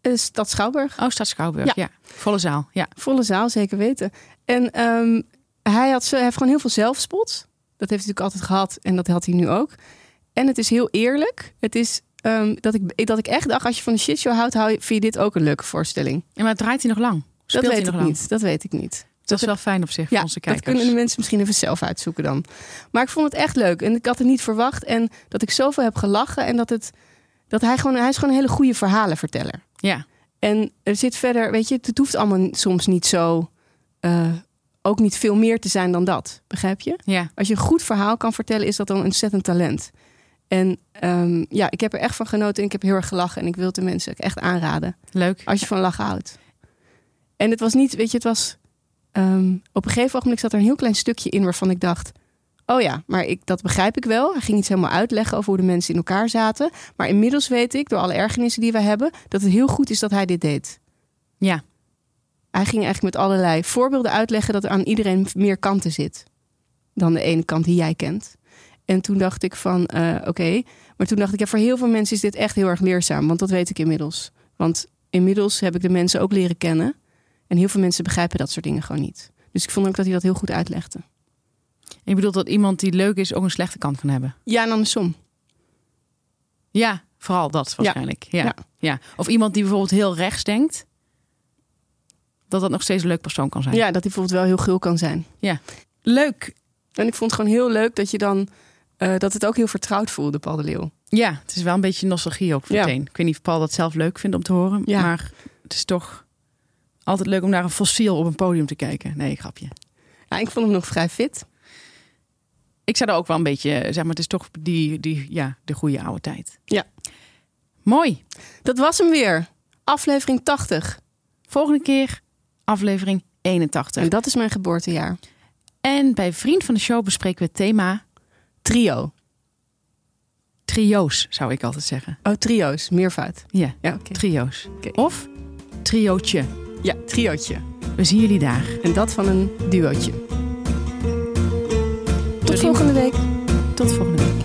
Speaker 3: eh, Stad Schouwburg.
Speaker 1: Oh, Stad Schouwburg.
Speaker 3: Ja.
Speaker 1: Ja. Volle zaal. Ja.
Speaker 3: Volle zaal, zeker weten. En ehm, hij, had, zo- hij heeft gewoon heel veel zelfspot. Dat heeft hij natuurlijk altijd gehad en dat had hij nu ook. En het is heel eerlijk. Het is ehm, dat, ik, dat ik echt dacht, als je van de shitshow houdt, hou je, vind je dit ook een leuke voorstelling.
Speaker 1: En maar draait hij nog lang? Speelt
Speaker 3: dat
Speaker 1: hij
Speaker 3: weet
Speaker 1: nog
Speaker 3: ik
Speaker 1: lang?
Speaker 3: niet. Dat weet ik niet.
Speaker 1: Dat is wel fijn op zich
Speaker 3: Ja,
Speaker 1: voor onze
Speaker 3: dat
Speaker 1: kijkers.
Speaker 3: kunnen de mensen misschien even zelf uitzoeken dan. Maar ik vond het echt leuk en ik had het niet verwacht en dat ik zoveel heb gelachen en dat het dat hij gewoon hij is gewoon een hele goede verhalenverteller.
Speaker 1: Ja.
Speaker 3: En er zit verder, weet je, het hoeft allemaal soms niet zo eh, ook niet veel meer te zijn dan dat, begrijp je?
Speaker 1: Ja.
Speaker 3: Als je een goed verhaal kan vertellen, is dat dan een ontzettend talent. En ehm, ja, ik heb er echt van genoten en ik heb heel erg gelachen. En ik wil het de mensen ook echt aanraden.
Speaker 1: Leuk.
Speaker 3: Als je van lachen houdt. En het was niet, weet je, het was... ehm, op een gegeven ogenblik zat er een heel klein stukje in waarvan ik dacht... Oh ja, maar ik, dat begrijp ik wel. Hij ging iets helemaal uitleggen over hoe de mensen in elkaar zaten. Maar inmiddels weet ik, door alle ergernissen die we hebben... dat het heel goed is dat hij dit deed.
Speaker 1: Ja.
Speaker 3: Hij ging eigenlijk met allerlei voorbeelden uitleggen... dat er aan iedereen meer kanten zit. Dan de ene kant die jij kent. En toen dacht ik van, eh, oké. Maar toen dacht ik, ja, voor heel veel mensen is dit echt heel erg leerzaam. Want dat weet ik inmiddels. Want inmiddels heb ik de mensen ook leren kennen. En heel veel mensen begrijpen dat soort dingen gewoon niet. Dus ik vond ook dat hij dat heel goed uitlegde.
Speaker 1: Je bedoelt dat iemand die leuk is ook een slechte kant kan hebben.
Speaker 3: Ja, en andersom.
Speaker 1: Ja, vooral dat waarschijnlijk. Ja. Ja.
Speaker 3: Ja.
Speaker 1: Of iemand die bijvoorbeeld heel rechts denkt, dat dat nog steeds een leuk persoon kan zijn.
Speaker 3: Ja, dat hij bijvoorbeeld wel heel gul kan zijn.
Speaker 1: Leuk.
Speaker 3: En ik vond het gewoon heel leuk dat je dan... eh, dat het ook heel vertrouwd voelde, Paul de Leeuw.
Speaker 1: Ja, het is wel een beetje nostalgie ook
Speaker 3: Ja.
Speaker 1: meteen. Ik weet niet of Paul dat zelf leuk vindt om te horen,
Speaker 3: Ja.
Speaker 1: maar het is toch altijd leuk om naar een fossiel op een podium te kijken. Nee, grapje.
Speaker 3: Ja, ik vond hem nog vrij fit.
Speaker 1: Ik zou er ook wel een beetje, eh, zeg maar, het is toch die, die, ja, de goede oude tijd.
Speaker 3: Ja.
Speaker 1: Mooi.
Speaker 3: Dat was hem weer. Aflevering 80.
Speaker 1: Volgende keer aflevering 81.
Speaker 3: En dat is mijn geboortejaar.
Speaker 1: En bij Vriend van de Show bespreken we het thema
Speaker 3: Trio.
Speaker 1: trio's, zou ik altijd zeggen.
Speaker 3: Oh, trio's. Meervoud.
Speaker 1: Ja,
Speaker 3: Ja, oké.
Speaker 1: trio's.
Speaker 3: Oké.
Speaker 1: Of triootje.
Speaker 3: Ja, triootje.
Speaker 1: We zien jullie daar.
Speaker 3: En dat van een duootje. Tot volgende week.
Speaker 1: Tot volgende week.